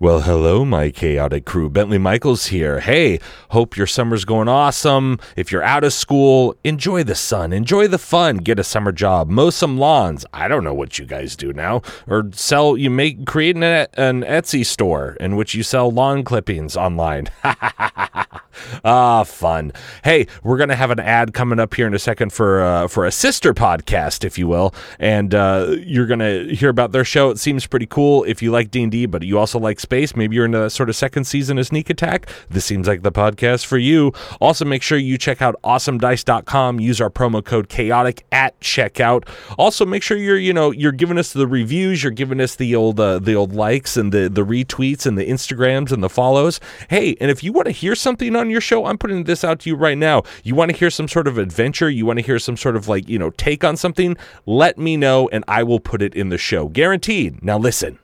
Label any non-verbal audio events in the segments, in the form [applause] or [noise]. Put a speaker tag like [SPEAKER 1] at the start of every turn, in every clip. [SPEAKER 1] Well, hello, my chaotic crew. Bentley Michaels here. Hey, hope your summer's going awesome. If you're out of school, enjoy the sun, enjoy the fun, get a summer job, mow some lawns. I don't know what you guys do now. Or sell, you make, create an, an Etsy store in which you sell lawn clippings online. [laughs] ah, fun. Hey, we're gonna have an ad coming up here in a second for uh, for a sister podcast, if you will, and uh, you're gonna hear about their show. It seems pretty cool. If you like D and D, but you also like space, maybe you're into that sort of second season of Sneak Attack. This seems like the podcast for you. Also, make sure you check out AwesomeDice.com. Use our promo code Chaotic at checkout. Also, make sure you're you know you're giving us the reviews, you're giving us the old uh, the old likes and the the retweets and the Instagrams and the follows. Hey, and if you want to hear something on your show, I'm putting this out to you right now. You want to hear some sort of adventure, you want to hear some sort of like, you know, take on something, let me know and I will put it in the show. Guaranteed. Now listen.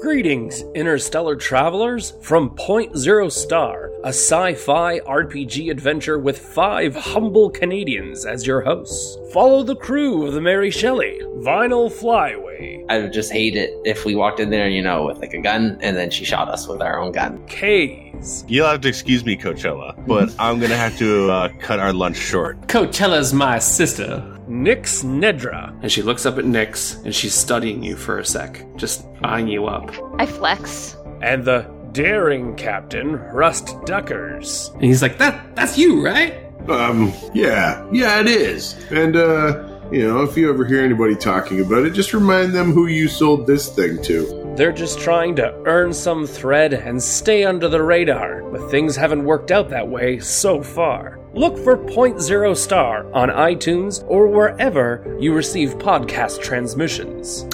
[SPEAKER 2] Greetings, interstellar travelers, from Point Zero Star, a sci fi RPG adventure with five humble Canadians as your hosts. Follow the crew of the Mary Shelley, Vinyl Flyway,
[SPEAKER 3] I would just hate it if we walked in there, you know, with like a gun and then she shot us with our own gun.
[SPEAKER 2] K's,
[SPEAKER 4] You'll have to excuse me, Coachella, but I'm gonna have to uh, cut our lunch short.
[SPEAKER 5] Coachella's my sister.
[SPEAKER 2] Nix Nedra,
[SPEAKER 5] And she looks up at Nix and she's studying you for a sec, just eyeing you up.
[SPEAKER 6] I flex.
[SPEAKER 2] and the daring captain, Rust Duckers.
[SPEAKER 5] And he's like, That that's you, right?
[SPEAKER 7] Um, yeah, yeah, it is. And, uh, you know, if you ever hear anybody talking about it, just remind them who you sold this thing to.
[SPEAKER 2] They're just trying to earn some thread and stay under the radar, but things haven't worked out that way so far. Look for Point Zero Star on iTunes or wherever you receive podcast transmissions.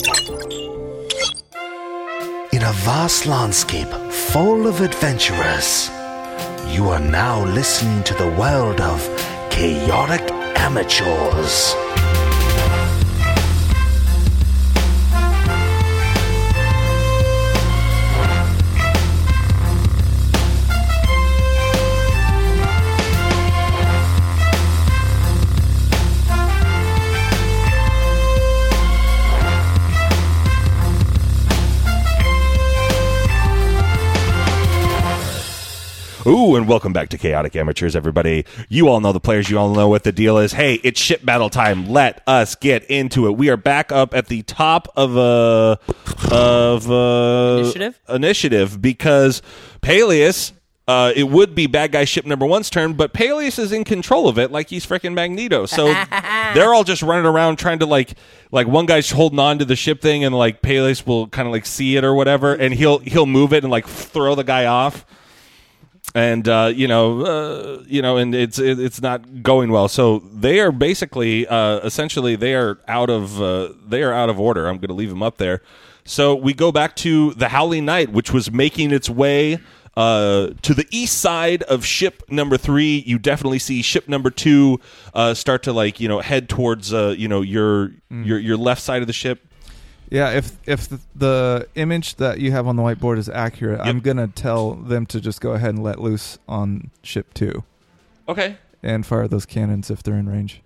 [SPEAKER 8] In a vast landscape full of adventurers, you are now listening to the world of chaotic amateurs.
[SPEAKER 1] Ooh, and welcome back to Chaotic Amateurs, everybody. You all know the players, you all know what the deal is. Hey, it's ship battle time. Let us get into it. We are back up at the top of uh of uh
[SPEAKER 9] Initiative?
[SPEAKER 1] initiative because Peleus uh, it would be bad guy ship number one's turn, but Peleus is in control of it, like he's freaking Magneto. So they're all just running around trying to like, like one guy's holding on to the ship thing, and like Peleus will kind of like see it or whatever, and he'll he'll move it and like throw the guy off and uh, you know, uh, you know, and it's it, it's not going well. So they are basically, uh, essentially, they are out of uh, they are out of order. I'm going to leave them up there. So we go back to the Howling Knight, which was making its way uh, to the east side of ship number three. You definitely see ship number two uh, start to like you know head towards uh, you know your your your left side of the ship.
[SPEAKER 10] Yeah, if if the, the image that you have on the whiteboard is accurate, I'm gonna tell them to just go ahead and let loose on ship two
[SPEAKER 1] Okay,
[SPEAKER 10] and fire those cannons if they're in range.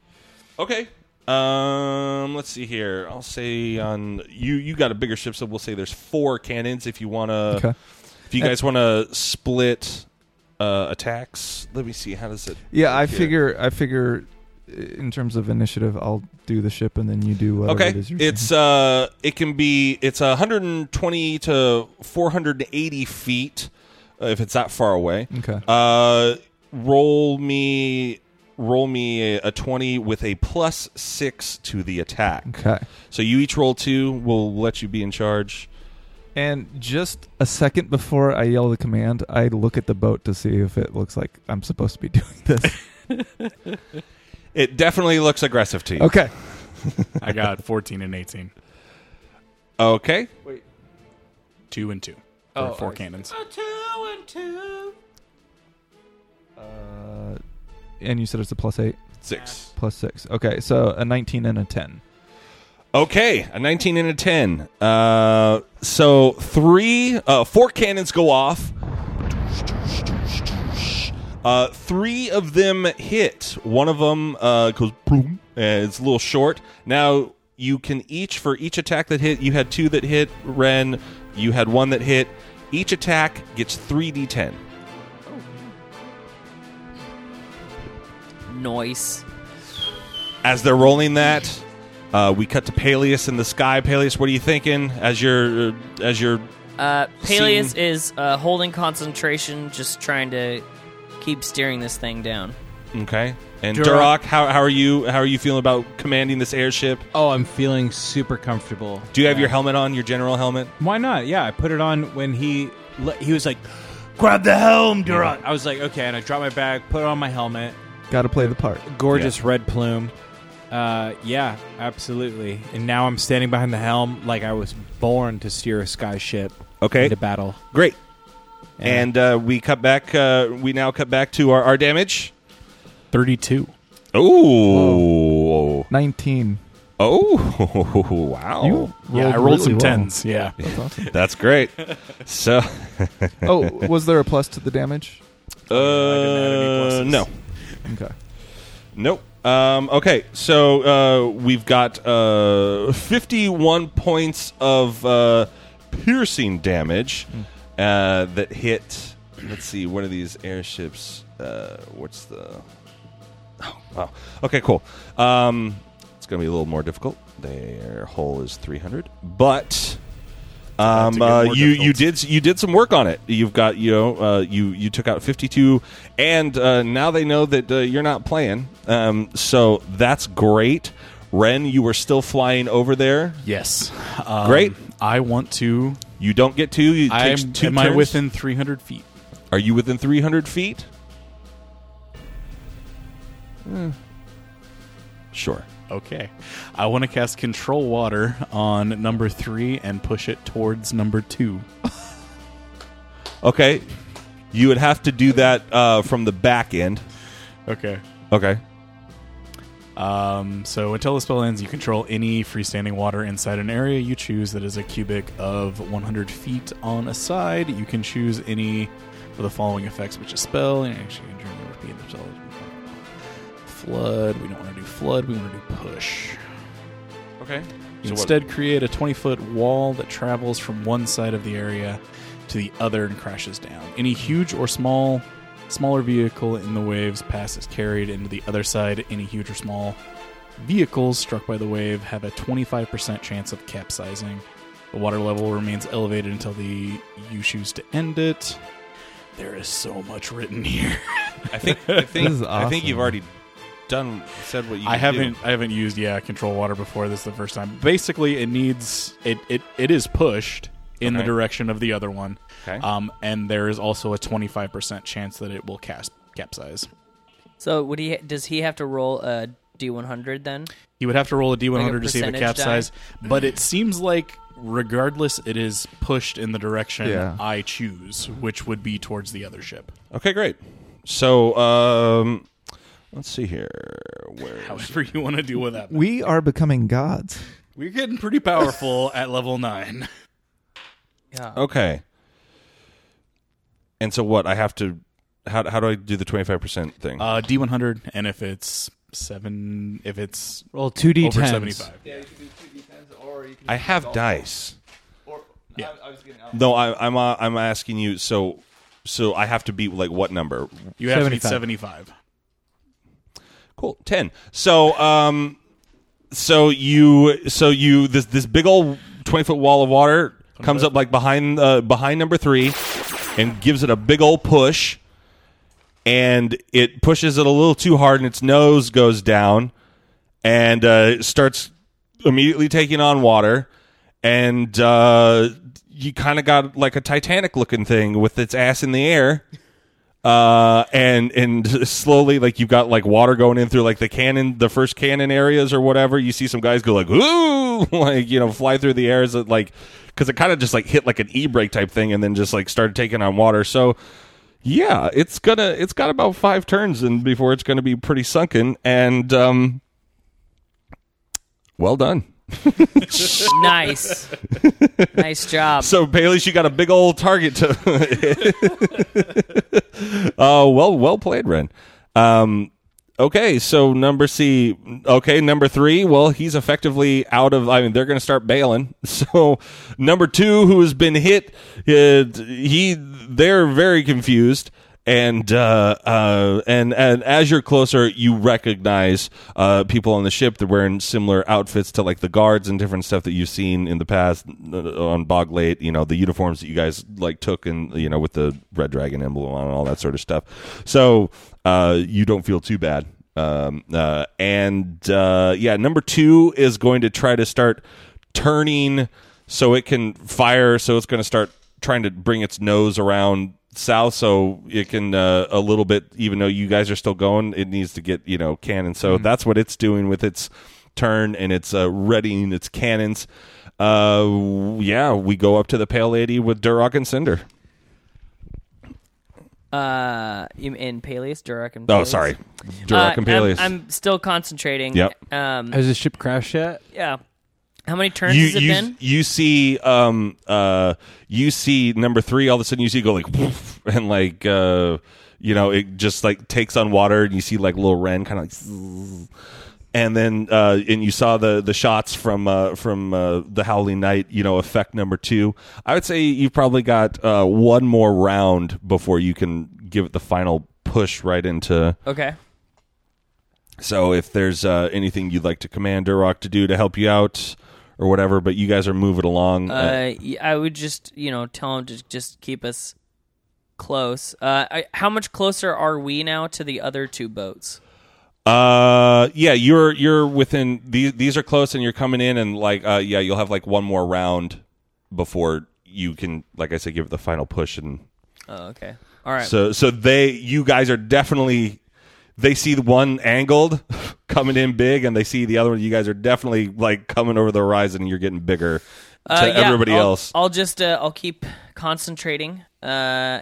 [SPEAKER 1] Okay. Um, let's see here. I'll say on you. You got a bigger ship, so we'll say there's four cannons. If you wanna,
[SPEAKER 10] Okay.
[SPEAKER 1] if you guys wanna split uh, attacks, let me see. How does it?
[SPEAKER 10] Yeah, I
[SPEAKER 1] Yeah.
[SPEAKER 10] figure I figure uh, in terms of initiative, I'll do the ship and then you do whatever
[SPEAKER 1] Okay,
[SPEAKER 10] it is you're
[SPEAKER 1] it's
[SPEAKER 10] doing.
[SPEAKER 1] uh, it can be it's 120 to 480 feet uh, if it's that far away.
[SPEAKER 10] Okay.
[SPEAKER 1] Uh, roll me, roll me a, a 20 with a plus six to the attack.
[SPEAKER 10] okay.
[SPEAKER 1] So you each roll two. We'll let you be in charge.
[SPEAKER 10] And just a second before I yell the command, I look at the boat to see if it looks like I'm supposed to be [laughs] doing this.
[SPEAKER 1] [laughs] It definitely looks aggressive to you.
[SPEAKER 10] okay.
[SPEAKER 11] I got [laughs] 14 and 18.
[SPEAKER 1] Okay.
[SPEAKER 11] Two and two.
[SPEAKER 5] Oh,
[SPEAKER 11] Oh,
[SPEAKER 5] I
[SPEAKER 11] four
[SPEAKER 5] see.
[SPEAKER 11] cannons.
[SPEAKER 10] Uh, and you said it's a plus eight,
[SPEAKER 1] Six.
[SPEAKER 10] plus six. Okay, so a 19 and a 10.
[SPEAKER 1] Okay. A 19 and a 10. Uh, so three, uh, four cannons go off. Uh, three of them hit. One of them uh, goes boom. Uh, it's a little short. Now you can each for each attack that hit. You had two that hit Ren. You had one that hit. Each attack gets 3d10.
[SPEAKER 9] Noise.
[SPEAKER 1] As they're rolling that, uh, we cut to Peleus in the sky. Peleus, what are you thinking as you're as you're
[SPEAKER 9] Uh, Peleus
[SPEAKER 1] Scene.
[SPEAKER 9] is uh, holding concentration, just trying to keep steering this thing down.
[SPEAKER 1] okay? And
[SPEAKER 9] Durok.
[SPEAKER 1] Durok, how, how are you? How are you feeling about commanding this airship?
[SPEAKER 12] Oh, I'm feeling super comfortable.
[SPEAKER 1] Do you have
[SPEAKER 12] Yeah.
[SPEAKER 1] your helmet on? Your general helmet?
[SPEAKER 12] Why not? Yeah, I put it on when he le- he was like, "Grab the helm, Duran." I was like, "Okay," and I dropped my bag, put on my helmet.
[SPEAKER 10] Got to play the part.
[SPEAKER 12] Gorgeous red plume. Uh, yeah, absolutely. And now I'm standing behind the helm like I was born to steer a sky ship.
[SPEAKER 1] Okay.
[SPEAKER 12] into battle.
[SPEAKER 1] Great. And uh, we cut back. Uh, we now cut back to our, our damage.
[SPEAKER 11] Thirty-two.
[SPEAKER 1] Oh.
[SPEAKER 10] 19.
[SPEAKER 1] Oh [laughs] wow!
[SPEAKER 10] You rolled really well. That's awesome.
[SPEAKER 1] that's [laughs] great. So,
[SPEAKER 10] [laughs] oh, was there a plus to the damage?
[SPEAKER 1] uh, no,
[SPEAKER 10] Okay.
[SPEAKER 1] nope. Um, okay, so uh, we've got uh, fifty-one points of uh, piercing damage uh, that hit. Let's see, one of these airships. Uh, what's the? Oh, wow. Okay, cool. Um, it's going to be a little more difficult. Their hole is three hundred, but. Um, uh, you you did you did some work on it. You've got you know uh, you you took out fifty two, and uh, now they know that uh, you're not playing. Um, so that's great. Ren, you were still flying over there.
[SPEAKER 11] Yes, Um,
[SPEAKER 1] great.
[SPEAKER 11] I want to.
[SPEAKER 1] You don't get to. It takes
[SPEAKER 11] I'm,
[SPEAKER 1] two
[SPEAKER 11] am I
[SPEAKER 1] turns.
[SPEAKER 11] within 300 feet?
[SPEAKER 1] Are you within three hundred feet?
[SPEAKER 11] Hmm.
[SPEAKER 1] Sure.
[SPEAKER 11] Okay. I want to cast Control Water on number three and push it towards number two.
[SPEAKER 1] Okay, you would have to do that uh, from the back end.
[SPEAKER 11] Okay.
[SPEAKER 1] Okay.
[SPEAKER 11] Um, so until the spell ends, you control any freestanding water inside an area you choose that is a cubic of 100 feet on a side. You can choose any of the following effects, which is spell, and actually during the repeat of the spell. Flood. We don't want to do flood. We want to do push.
[SPEAKER 1] Okay.
[SPEAKER 11] You instead create a 20 foot wall that travels from one side of the area to the other and crashes down. Any huge or small, smaller vehicle in the waves passes carried into the other side. Any huge or small vehicles struck by the wave have a 25% chance of capsizing. The water level remains elevated until the you choose to end it. There is so much written [laughs] here.
[SPEAKER 1] I think
[SPEAKER 11] [laughs]
[SPEAKER 1] I think I think you've already done said what you.
[SPEAKER 11] I
[SPEAKER 1] can do.
[SPEAKER 11] haven't I haven't used yeah control water before. This is the first time. Basically, it needs it it, it is pushed in the
[SPEAKER 1] Okay.
[SPEAKER 11] direction of the other one.
[SPEAKER 1] Okay.
[SPEAKER 11] Um, and there is also a twenty five percent chance that it will cast capsize.
[SPEAKER 9] So would he? Does he have to roll a d100 then?
[SPEAKER 11] You would have to roll a d one
[SPEAKER 9] Like
[SPEAKER 11] hundred
[SPEAKER 9] a
[SPEAKER 11] to see if it
[SPEAKER 9] percentage die?
[SPEAKER 11] capsized. But it seems like regardless, it is pushed in the direction
[SPEAKER 1] Yeah.
[SPEAKER 11] I choose, which would be towards the other ship.
[SPEAKER 1] Okay, great. So, um, let's see here. Where?
[SPEAKER 11] However you want to deal with that.
[SPEAKER 10] We are becoming gods.
[SPEAKER 11] We're getting pretty powerful at level nine.
[SPEAKER 1] Okay. And so, what? I have to. How, how do I do the twenty five percent thing?
[SPEAKER 11] Uh, D one hundred, and if it's seven, if it's
[SPEAKER 12] Roll 2d10s.
[SPEAKER 11] over seventy five.
[SPEAKER 10] Yeah, you can do two d10s, or you can.
[SPEAKER 1] I have dice.
[SPEAKER 11] Yeah.
[SPEAKER 1] No, I, I'm uh, I'm asking you. So, so I have to beat like what number?
[SPEAKER 11] You have to beat seventy five.
[SPEAKER 1] Cool. Ten. So, um, so you, so you, this this big old twenty foot wall of water comes up like behind uh, behind number three, and gives it a big old push, and it pushes it a little too hard, and its nose goes down, and uh, it starts immediately taking on water, and uh, you kind of got like a Titanic looking thing with its ass in the air uh and and slowly like you've got like water going in through like the cannon the first cannon areas or whatever you see some guys go like ooh [laughs] like you know fly through the air as it like because it kind of just like hit like an e-brake type thing and then just like started taking on water so yeah it's gonna it's got about five turns and before it's gonna be pretty sunken and um well done
[SPEAKER 9] nice, nice job.
[SPEAKER 1] so Bailey, you got a big old target [laughs] Uh, to. Oh, well, well played, Ren. Um, Okay, so number C. Okay, number three. Well, he's effectively out of. I mean, they're going to start bailing. [laughs] So, number two, who has been hit, it, he they're very confused. And uh, uh, and and as you're closer, you recognize uh, people on the ship that wearing similar outfits to like the guards and different stuff that you've seen in the past uh, on Bog Late. You know the uniforms that you guys like took and you know with the Red Dragon emblem on and all that sort of stuff. So uh, you don't feel too bad. Um, uh, and uh, yeah, number two is going to try to start turning so it can fire. So it's going to start trying to bring its nose around south so it can uh, a little bit. Even though you guys are still going, it needs to get you know cannon. So
[SPEAKER 9] Mm-hmm.
[SPEAKER 1] that's what it's doing with its turn and it's uh, readying its cannons. Uh, yeah, we go up to the pale lady with Duroc and Cinder.
[SPEAKER 9] Uh, you- in Peleus, Durak and
[SPEAKER 1] Oh,
[SPEAKER 9] Peleus.
[SPEAKER 1] sorry. Durak
[SPEAKER 9] Uh,
[SPEAKER 1] and Peleus.
[SPEAKER 9] I'm, I'm still concentrating.
[SPEAKER 1] Yep.
[SPEAKER 9] Um,
[SPEAKER 12] Has the ship crashed yet?
[SPEAKER 9] yeah. How many turns has it
[SPEAKER 1] you,
[SPEAKER 9] been?
[SPEAKER 1] you see, um, uh, you see number three. All of a sudden, you see it go like, woof, and like, uh, you know, it just like takes on water, and you see like little Ren kind of like, zzz. and then uh, and you saw the the shots from uh, from uh, the Howling Knight, you know, effect number two. I would say you've probably got uh, one more round before you can give it the final push right into
[SPEAKER 9] Okay.
[SPEAKER 1] so if there's uh, anything you'd like to command Duroc to do to help you out or whatever, but you guys are moving along.
[SPEAKER 9] Uh,
[SPEAKER 1] uh,
[SPEAKER 9] y- I would just, you know, tell him to just keep us close. Uh, I, how much closer are we now to the other two boats?
[SPEAKER 1] uh, yeah, you're you're within these these are close and you're coming in and like uh, yeah, you'll have like one more round before you can like I said give it the final push and
[SPEAKER 9] Oh, okay. All right.
[SPEAKER 1] So so they you guys are definitely they see the one angled [laughs] coming in big and they see the other one you guys are definitely like coming over the horizon and you're getting bigger to
[SPEAKER 9] Uh, yeah,
[SPEAKER 1] everybody
[SPEAKER 9] I'll-
[SPEAKER 1] else.
[SPEAKER 9] I'll just, uh, I'll keep concentrating. Uh,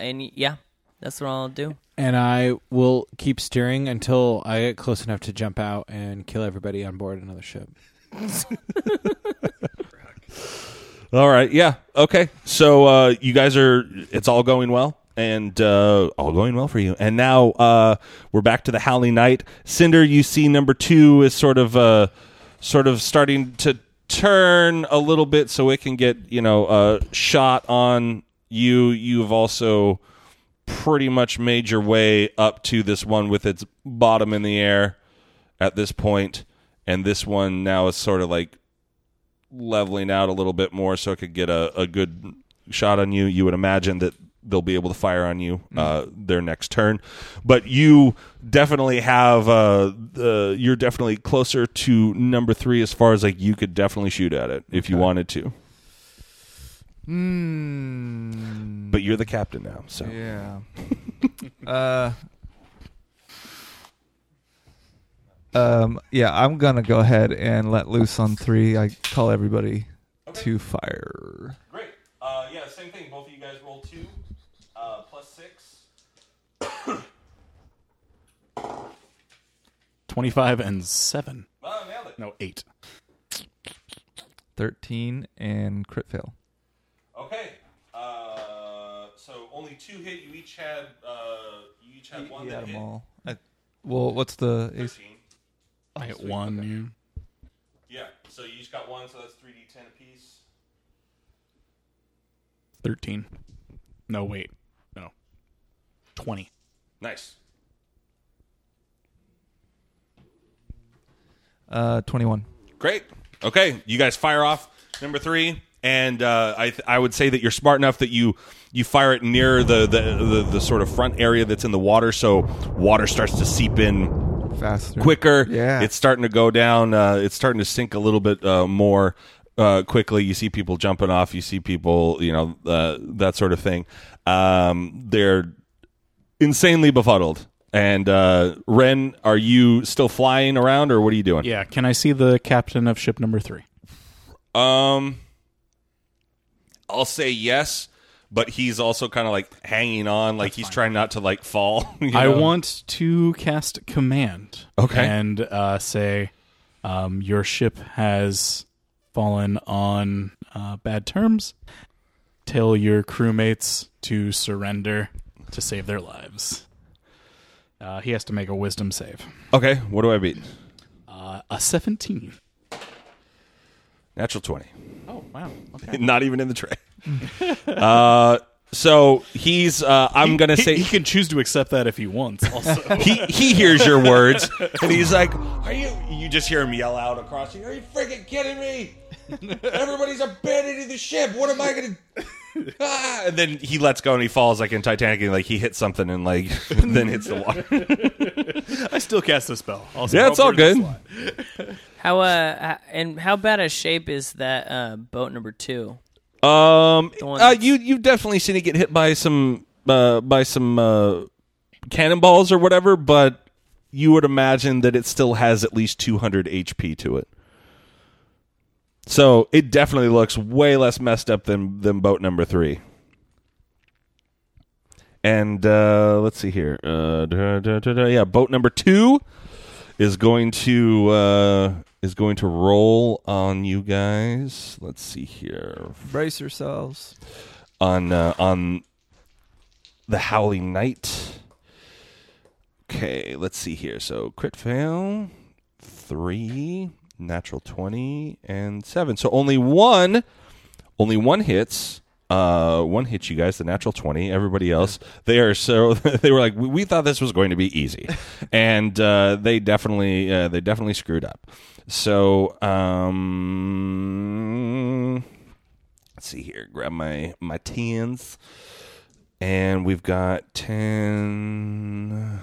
[SPEAKER 9] and y- yeah, that's what I'll do.
[SPEAKER 12] And I will keep steering until I get close enough to jump out and kill everybody on board another ship.
[SPEAKER 1] All right. Yeah. Okay. So uh, you guys are. It's all going well, and uh, all going well for you. And now uh, we're back to the Howling Knight. Cinder, you see number two is sort of, uh, sort of starting to turn a little bit, so it can get you know uh, shot on you. You've also pretty much made your way up to this one with its bottom in the air at this point, and this one now is sort of like leveling out a little bit more so it could get a, a good shot on you. You would imagine that they'll be able to fire on you uh, their next turn. But you definitely have, uh, uh, you're definitely closer to number three as far as like you could definitely shoot at it if you wanted to. But you're the captain now, so.
[SPEAKER 10] Hmm. Yeah. [laughs] uh, um, yeah, I'm gonna go ahead and let loose on three. I call everybody to fire.
[SPEAKER 1] Great. Uh, yeah, same thing. Both of you guys roll two uh, plus six.
[SPEAKER 11] 25 and 7. No, 8.
[SPEAKER 10] Thirteen and crit fail.
[SPEAKER 1] Okay. Uh, so only two hit. You each had uh, you each had one that hit.
[SPEAKER 10] Oh, I, well, what's the AC?
[SPEAKER 1] Oh,
[SPEAKER 11] I hit 1. you-
[SPEAKER 1] Yeah. So you each got one. So that's three d ten apiece.
[SPEAKER 11] 13. No, wait. No. 20.
[SPEAKER 1] Nice.
[SPEAKER 10] Uh, twenty-one.
[SPEAKER 1] Great. Okay, you guys fire off number three, and uh, I th- I would say that you're smart enough that you you fire it near the the, the the sort of front area that's in the water, so water starts to seep in
[SPEAKER 10] faster,
[SPEAKER 1] quicker.
[SPEAKER 10] Yeah.
[SPEAKER 1] it's starting to go down. Uh, it's starting to sink a little bit uh, more. Uh, quickly, you see people jumping off. You see people, you know, uh, that sort of thing. Um, they're insanely befuddled. And uh, Ren, are you still flying around, or what are you doing?
[SPEAKER 11] Yeah, can I see the captain of ship number 3?
[SPEAKER 1] Um, I'll say yes, but he's also kind of like hanging on, like he's trying not to like fall. [laughs] you
[SPEAKER 11] I
[SPEAKER 1] know?
[SPEAKER 11] want to cast command.
[SPEAKER 1] Okay.
[SPEAKER 11] And uh, say, um, your ship has fallen on uh, bad terms. Tell your crewmates to surrender to save their lives. Uh, he has to make a wisdom save.
[SPEAKER 1] Okay, what do I beat?
[SPEAKER 11] Uh, a 17.
[SPEAKER 1] Natural 20.
[SPEAKER 11] Oh, wow.
[SPEAKER 1] [laughs] Not even in the
[SPEAKER 11] [laughs]
[SPEAKER 1] tray. uh, so he's, uh, I'm going to
[SPEAKER 11] He-
[SPEAKER 1] say.
[SPEAKER 11] he can choose to accept that if he
[SPEAKER 1] [laughs]
[SPEAKER 11] wants. Also,
[SPEAKER 1] he, he hears your words and he's like, Are you? You just hear him yell out across you. Are you freaking kidding me? Everybody's abandoning the ship. What am I gonna? [laughs] Ah, and then he lets go and he falls like in Titanic and like he hits something and like [laughs] then hits the water.
[SPEAKER 11] I still cast the spell. Also,
[SPEAKER 1] yeah, it's all
[SPEAKER 11] don't burn
[SPEAKER 1] good.
[SPEAKER 11] the
[SPEAKER 9] How uh h- and how bad a shape is that uh boat number two?
[SPEAKER 1] Um,
[SPEAKER 9] The one
[SPEAKER 1] uh, you you've definitely seen it get hit by some uh, by some uh, cannonballs or whatever, but you would imagine that it still has at least 200 HP to it. So it definitely looks way less messed up than than boat number three. And uh, let's see here. Uh, da, da, da, da. yeah, boat number two is going to uh, is going to roll on you guys. Let's see here
[SPEAKER 10] Brace yourselves.
[SPEAKER 1] on uh, on the Howling Knight. Okay, let's see here. So crit fail, three natural twenty and seven. So only one, only one hits. Uh, one hits you guys. The natural twenty. Everybody else, they are so [laughs] they were like we, we thought this was going to be easy, and uh, they definitely uh, they definitely screwed up. So um, let's see here grab my my tens and we've got 10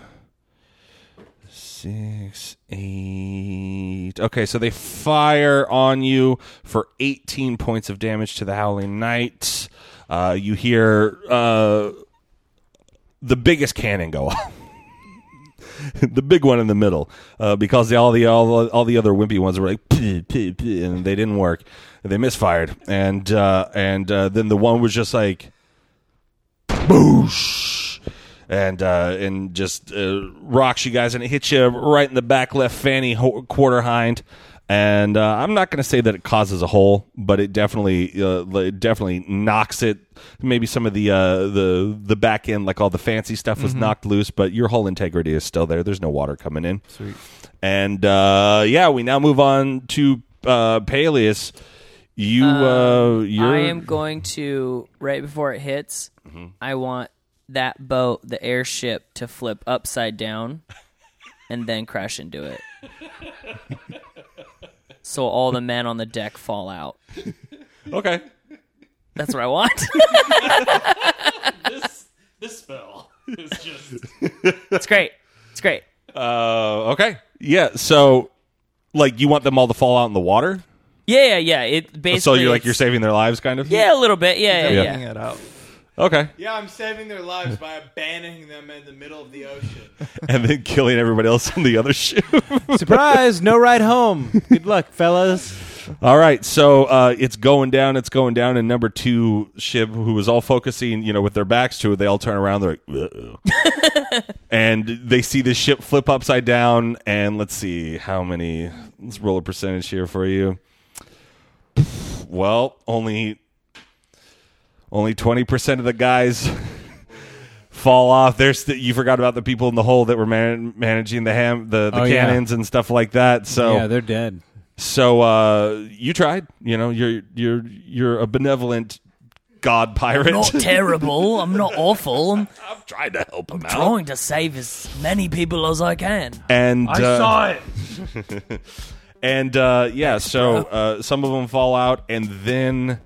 [SPEAKER 1] 6 8 okay so they fire on you for 18 points of damage to the howling knight uh, you hear uh, the biggest cannon go off [laughs] the big one in the middle uh, because the, all the all, all the other wimpy ones were like "Pee, pee, pee," and they didn't work they misfired and uh, and uh, then the one was just like boosh and uh, and just uh, rocks you guys and it hits you right in the back left fanny ho- quarter hind and uh, I'm not going to say that it causes a hole, but it definitely uh, li- it definitely knocks it. Maybe some of the uh, the the back end, like all the fancy stuff, was
[SPEAKER 13] Mhm.
[SPEAKER 1] knocked loose, but your hull integrity is still there. There's no water coming in. Sweet. And uh, yeah, we now move on to uh, Peleus. You uh, you're
[SPEAKER 9] I am going to right before it hits. I want that boat, the airship, to flip upside down, and then crash into it. so all the men on the deck fall out.
[SPEAKER 1] Okay.
[SPEAKER 9] That's what I want. [laughs]
[SPEAKER 11] this this spell is just
[SPEAKER 9] it's great. It's great.
[SPEAKER 1] Uh, okay. Yeah. So, like, you want them all to fall out in the water?
[SPEAKER 9] Yeah, yeah, yeah. It basically.
[SPEAKER 1] Oh, so you're like
[SPEAKER 9] it's-
[SPEAKER 1] you're saving their lives, kind of.
[SPEAKER 9] Yeah, a little bit. Yeah, yeah, yeah.
[SPEAKER 1] Okay.
[SPEAKER 14] Yeah, I'm saving their lives by abandoning them in the middle of the ocean.
[SPEAKER 1] And then [laughs] killing everybody else on the other [laughs] ship.
[SPEAKER 14] Surprise! No ride home. Good luck, fellas.
[SPEAKER 1] All right, so uh, it's going down. It's going down, and number two ship, who was all focusing, you know, with their backs to it, they all turn around. They're like,
[SPEAKER 14] [laughs]
[SPEAKER 1] "Uh-oh." and they see the ship flip upside down. And let's see how many. Let's roll a percentage here for you. Well, only only twenty percent of the guys [laughs] fall off. There's the, you forgot about the people in the hole that were man- managing the ham, the, the
[SPEAKER 14] Oh, yeah.
[SPEAKER 1] cannons and stuff like that. So
[SPEAKER 14] Yeah, they're dead.
[SPEAKER 1] so uh, you tried. You know, you're you're you're a benevolent god pirate. [laughs]
[SPEAKER 9] I'm not terrible. I'm not awful. I'm,
[SPEAKER 1] I've tried to help him out.
[SPEAKER 9] Trying to save as many people as I can.
[SPEAKER 1] and
[SPEAKER 9] I saw
[SPEAKER 1] it. and uh, yeah, so uh, some of them fall out, and then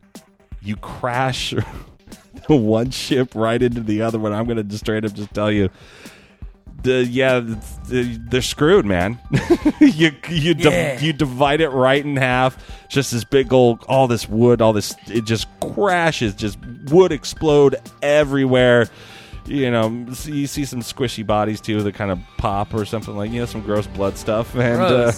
[SPEAKER 1] you crash [laughs] the one ship right into the other one. I'm gonna just straight up just tell you. The, yeah, the, they're screwed, man. [laughs] you you di-
[SPEAKER 13] Yeah.
[SPEAKER 1] you divide it right in half. Just this big old, all this wood, all this, it just crashes. Just wood explode everywhere. You know, see- you see some squishy bodies too that kind of pop or something like you know some gross blood stuff. And uh,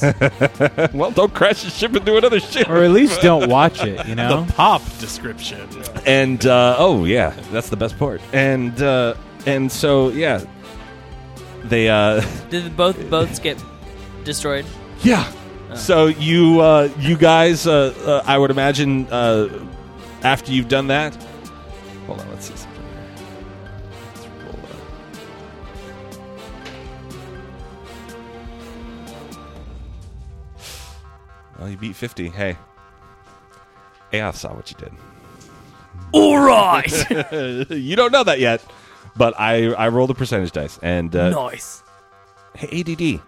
[SPEAKER 1] [laughs] well, don't crash the ship into another ship,
[SPEAKER 14] or at least don't watch it. You know,
[SPEAKER 1] The
[SPEAKER 11] pop description.
[SPEAKER 1] and uh, oh yeah, that's the best part. And uh, and so yeah, they uh, [laughs]
[SPEAKER 9] Did the both boats get destroyed?
[SPEAKER 1] Yeah. So you uh, you guys, uh, uh, I would imagine uh, after you've done that. Hold on, let's see something. here. Let's roll Well, you beat 50. Hey. Aoth saw what you did.
[SPEAKER 6] All right.
[SPEAKER 1] [laughs] you don't know that yet, but I, I rolled a percentage dice. and uh,
[SPEAKER 6] nice.
[SPEAKER 1] Hey, ADD.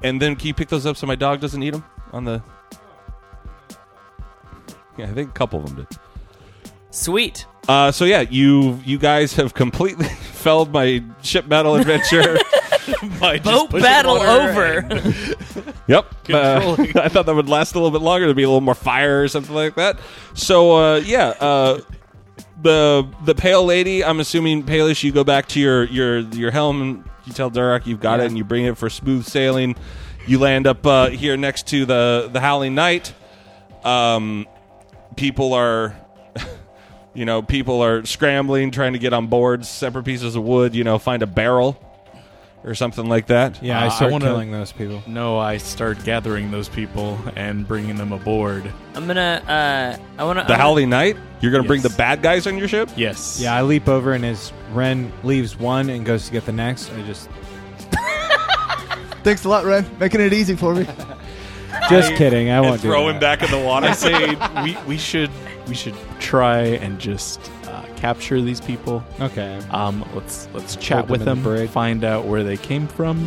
[SPEAKER 1] And then can you pick those up so my dog doesn't eat them on the. Yeah, I think a couple of them did.
[SPEAKER 9] Sweet.
[SPEAKER 1] Uh, so yeah, you you guys have completely [laughs] felled my ship
[SPEAKER 9] [laughs]
[SPEAKER 1] battle adventure. [laughs] By just
[SPEAKER 9] Boat
[SPEAKER 1] pushing
[SPEAKER 9] battle
[SPEAKER 1] water
[SPEAKER 9] over.
[SPEAKER 1] and- yep. Uh, [laughs] I thought that would last a little bit longer. There'd be a little more fire or something like that. So uh, yeah, uh, the the pale lady. I'm assuming Palish, you go back to your your your helm. and You tell Durak you've got it, and you bring it for smooth sailing. You land up uh, here next to the the Howling Knight. Um, people are [laughs] you know, people are scrambling, trying to get on boards, separate pieces of wood, you know, find a barrel or something like that.
[SPEAKER 12] Yeah, Uh, I start
[SPEAKER 1] wanna-
[SPEAKER 12] killing those people.
[SPEAKER 11] No, I start gathering those people and bringing them aboard.
[SPEAKER 9] I'm gonna. Uh, I wanna.
[SPEAKER 1] The Howling Knight? You're going to bring the bad guys on your ship?
[SPEAKER 11] Yes.
[SPEAKER 12] Yeah, I leap over and as Ren leaves one and goes to get the next, I just
[SPEAKER 10] [laughs] Thanks a lot, Ren. Making it easy for me.
[SPEAKER 12] [laughs] Just kidding, I won't do
[SPEAKER 11] throw
[SPEAKER 12] that.
[SPEAKER 11] him back in the water.
[SPEAKER 12] I
[SPEAKER 11] [laughs]
[SPEAKER 12] say
[SPEAKER 11] we, we should we should try and just uh, capture these people.
[SPEAKER 12] Okay.
[SPEAKER 11] Um, let's let's chat
[SPEAKER 12] them
[SPEAKER 11] with
[SPEAKER 12] in the
[SPEAKER 11] them, find out where they came from,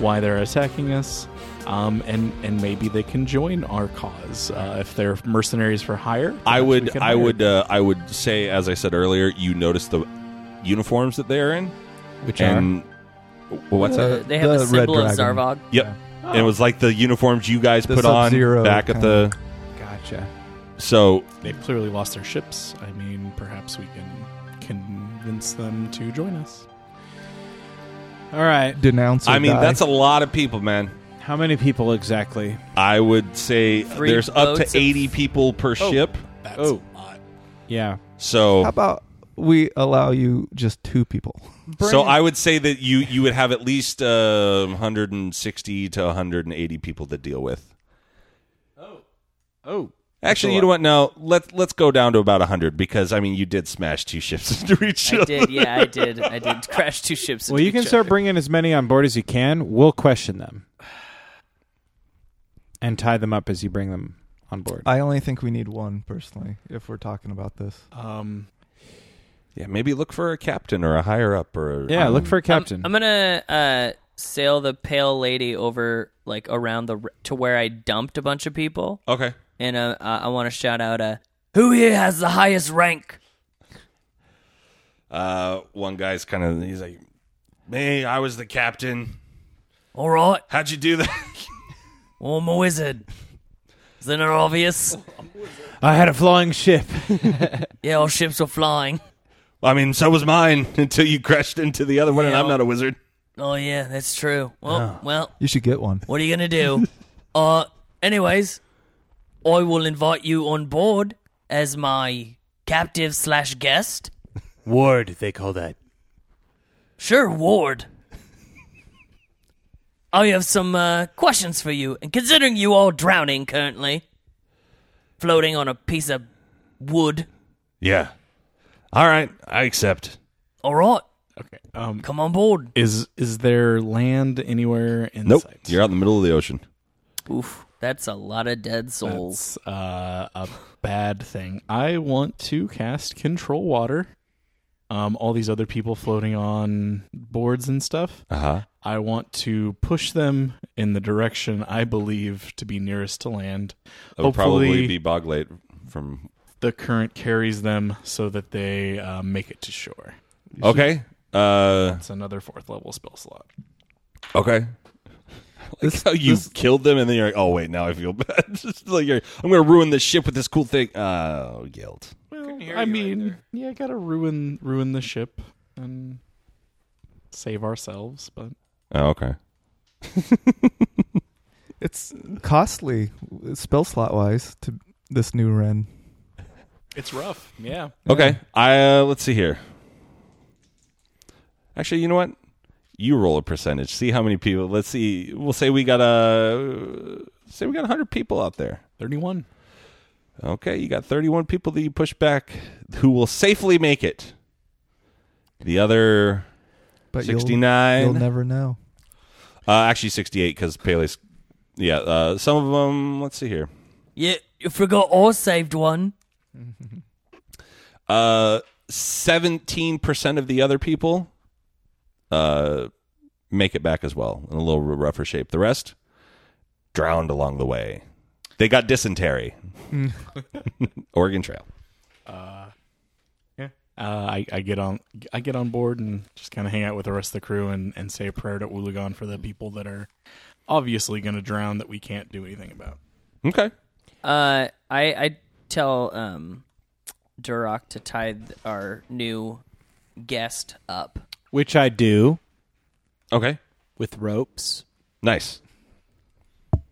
[SPEAKER 11] why they're attacking us, um, and and maybe they can join our cause uh, if they're mercenaries for hire.
[SPEAKER 1] I
[SPEAKER 11] perhaps we
[SPEAKER 1] would,
[SPEAKER 11] can
[SPEAKER 1] I
[SPEAKER 11] hire
[SPEAKER 1] would, uh, I would say, as I said earlier, you notice the uniforms that they are in,
[SPEAKER 11] Which
[SPEAKER 1] and Well, what's
[SPEAKER 9] Uh,
[SPEAKER 1] that?
[SPEAKER 9] they have the The Red symbol of Dragon. [laughs] Zarvog.
[SPEAKER 1] Yep,
[SPEAKER 11] Oh,
[SPEAKER 1] and it was like the uniforms you guys
[SPEAKER 11] The
[SPEAKER 1] put on
[SPEAKER 11] Sub-Zero
[SPEAKER 1] back at the.
[SPEAKER 11] kinda- Gotcha.
[SPEAKER 1] So
[SPEAKER 11] They've clearly lost their ships. I mean, perhaps we can convince them to join us.
[SPEAKER 12] All right.
[SPEAKER 10] Denounce.
[SPEAKER 1] I mean, that's a lot of people, man.
[SPEAKER 12] How many people exactly?
[SPEAKER 1] I would say
[SPEAKER 12] Three
[SPEAKER 1] there's up
[SPEAKER 12] boats
[SPEAKER 1] to
[SPEAKER 12] of-
[SPEAKER 1] 80 people per
[SPEAKER 12] Oh,
[SPEAKER 1] ship.
[SPEAKER 11] That's
[SPEAKER 12] Oh.
[SPEAKER 11] a lot.
[SPEAKER 12] Yeah.
[SPEAKER 1] So
[SPEAKER 10] How about we allow you just two people?
[SPEAKER 1] so I would say that you you would have at least uh, 160 to 180 people to deal with.
[SPEAKER 12] Oh.
[SPEAKER 1] Actually, you know what? No, let's let's go down to about 100 because I mean you did smash two ships [laughs] into each
[SPEAKER 9] I
[SPEAKER 1] other.
[SPEAKER 9] did. Yeah, I did. I did [laughs] crash two ships.
[SPEAKER 12] Well,
[SPEAKER 9] into
[SPEAKER 12] you can
[SPEAKER 9] each
[SPEAKER 12] start
[SPEAKER 9] other.
[SPEAKER 12] bringing as many on board as you can. We'll question them and tie them up as you bring them on board.
[SPEAKER 10] I only think we need one personally if we're talking about this.
[SPEAKER 8] Uh,
[SPEAKER 11] Um,
[SPEAKER 1] Yeah, maybe look for a captain or a higher up or a,
[SPEAKER 12] Yeah, look
[SPEAKER 11] um,
[SPEAKER 12] for a
[SPEAKER 9] I'm-
[SPEAKER 12] captain.
[SPEAKER 9] I'm, gonna uh, sail the pale lady over like around the r- to where I dumped a bunch of people.
[SPEAKER 1] Okay.
[SPEAKER 9] And uh, I, I want to shout out a
[SPEAKER 6] Who here has the highest rank?
[SPEAKER 1] Uh, one guy's kind of he's like, "Me, I was the captain."
[SPEAKER 6] All right.
[SPEAKER 1] How'd you do
[SPEAKER 6] [laughs]
[SPEAKER 1] that?
[SPEAKER 6] Well, I'm a wizard. Isn't it obvious?
[SPEAKER 12] I had a flying ship.
[SPEAKER 6] [laughs] yeah, our ships were flying.
[SPEAKER 1] I mean, so was mine [laughs] until you crashed into the other one, and
[SPEAKER 6] Yeah.
[SPEAKER 1] I'm not a wizard.
[SPEAKER 6] Oh yeah, that's true. Well,
[SPEAKER 10] Oh.
[SPEAKER 6] well,
[SPEAKER 10] You should get one.
[SPEAKER 6] what are you gonna do? uh, anyways, I will invite you on board as my captive slash guest.
[SPEAKER 8] Ward, they call that.
[SPEAKER 6] Sure, Ward. [laughs] I have some uh, questions for you, and considering you are drowning currently, floating on a piece of wood.
[SPEAKER 1] Yeah. All right, I accept.
[SPEAKER 6] All right.
[SPEAKER 11] Okay. Um,
[SPEAKER 6] Come on board.
[SPEAKER 11] Is is there land anywhere in
[SPEAKER 1] Nope,
[SPEAKER 11] sight?
[SPEAKER 1] you're out in the middle of the ocean.
[SPEAKER 9] Oof, that's a lot of dead souls.
[SPEAKER 11] That's, uh, a bad thing. I want to cast control water. Um, all these other people floating on boards and stuff.
[SPEAKER 1] Uh-huh.
[SPEAKER 11] I want to push them in the direction I believe to be nearest to land.
[SPEAKER 1] It would
[SPEAKER 11] Hopefully-
[SPEAKER 1] probably be Boglate from.
[SPEAKER 11] the current carries them so that they uh, make it to shore.
[SPEAKER 1] Okay. Uh,
[SPEAKER 11] That's another fourth level spell slot.
[SPEAKER 1] okay. [laughs] Like how you killed them, and then you're like, "Oh wait, now I feel [laughs] bad." Just like you're, I'm going to ruin this ship with this cool thing. Oh, guilt.
[SPEAKER 11] Well, I mean, yeah, I gotta ruin ruin the ship and save ourselves. But
[SPEAKER 1] Oh, okay.
[SPEAKER 10] It's costly, spell slot wise, to this new Ren.
[SPEAKER 11] it's rough. Yeah.
[SPEAKER 1] Okay. I uh, let's see here. Actually, you know what? You roll a percentage. See how many people. Let's see. We'll say we got a say we got 100 people out there.
[SPEAKER 11] 31.
[SPEAKER 1] Okay, you got 31 people that you push back who will safely make it. The other
[SPEAKER 10] But you'll-
[SPEAKER 1] 69
[SPEAKER 10] You'll, never know.
[SPEAKER 1] Uh, actually, 68 because Pele's. Yeah, uh, some of them. Let's see here.
[SPEAKER 6] Yeah, you forgot I saved one.
[SPEAKER 1] [laughs] Uh, 17% of the other people uh, make it back as well in a little rougher shape. The rest drowned along the way. They
[SPEAKER 12] [laughs]
[SPEAKER 1] got dysentery. [laughs]
[SPEAKER 11] Mm.
[SPEAKER 1] Oregon Trail.
[SPEAKER 11] Uh, I, I get on I get on board and just kind of hang out with the rest of the crew and, and say a prayer to Ulugon for the people that are obviously going to drown that we can't do anything about.
[SPEAKER 1] Okay.
[SPEAKER 9] Uh, I I tell um, Duroc to tie th- our new guest up.
[SPEAKER 12] Which I do.
[SPEAKER 1] Okay.
[SPEAKER 12] With ropes.
[SPEAKER 1] Nice.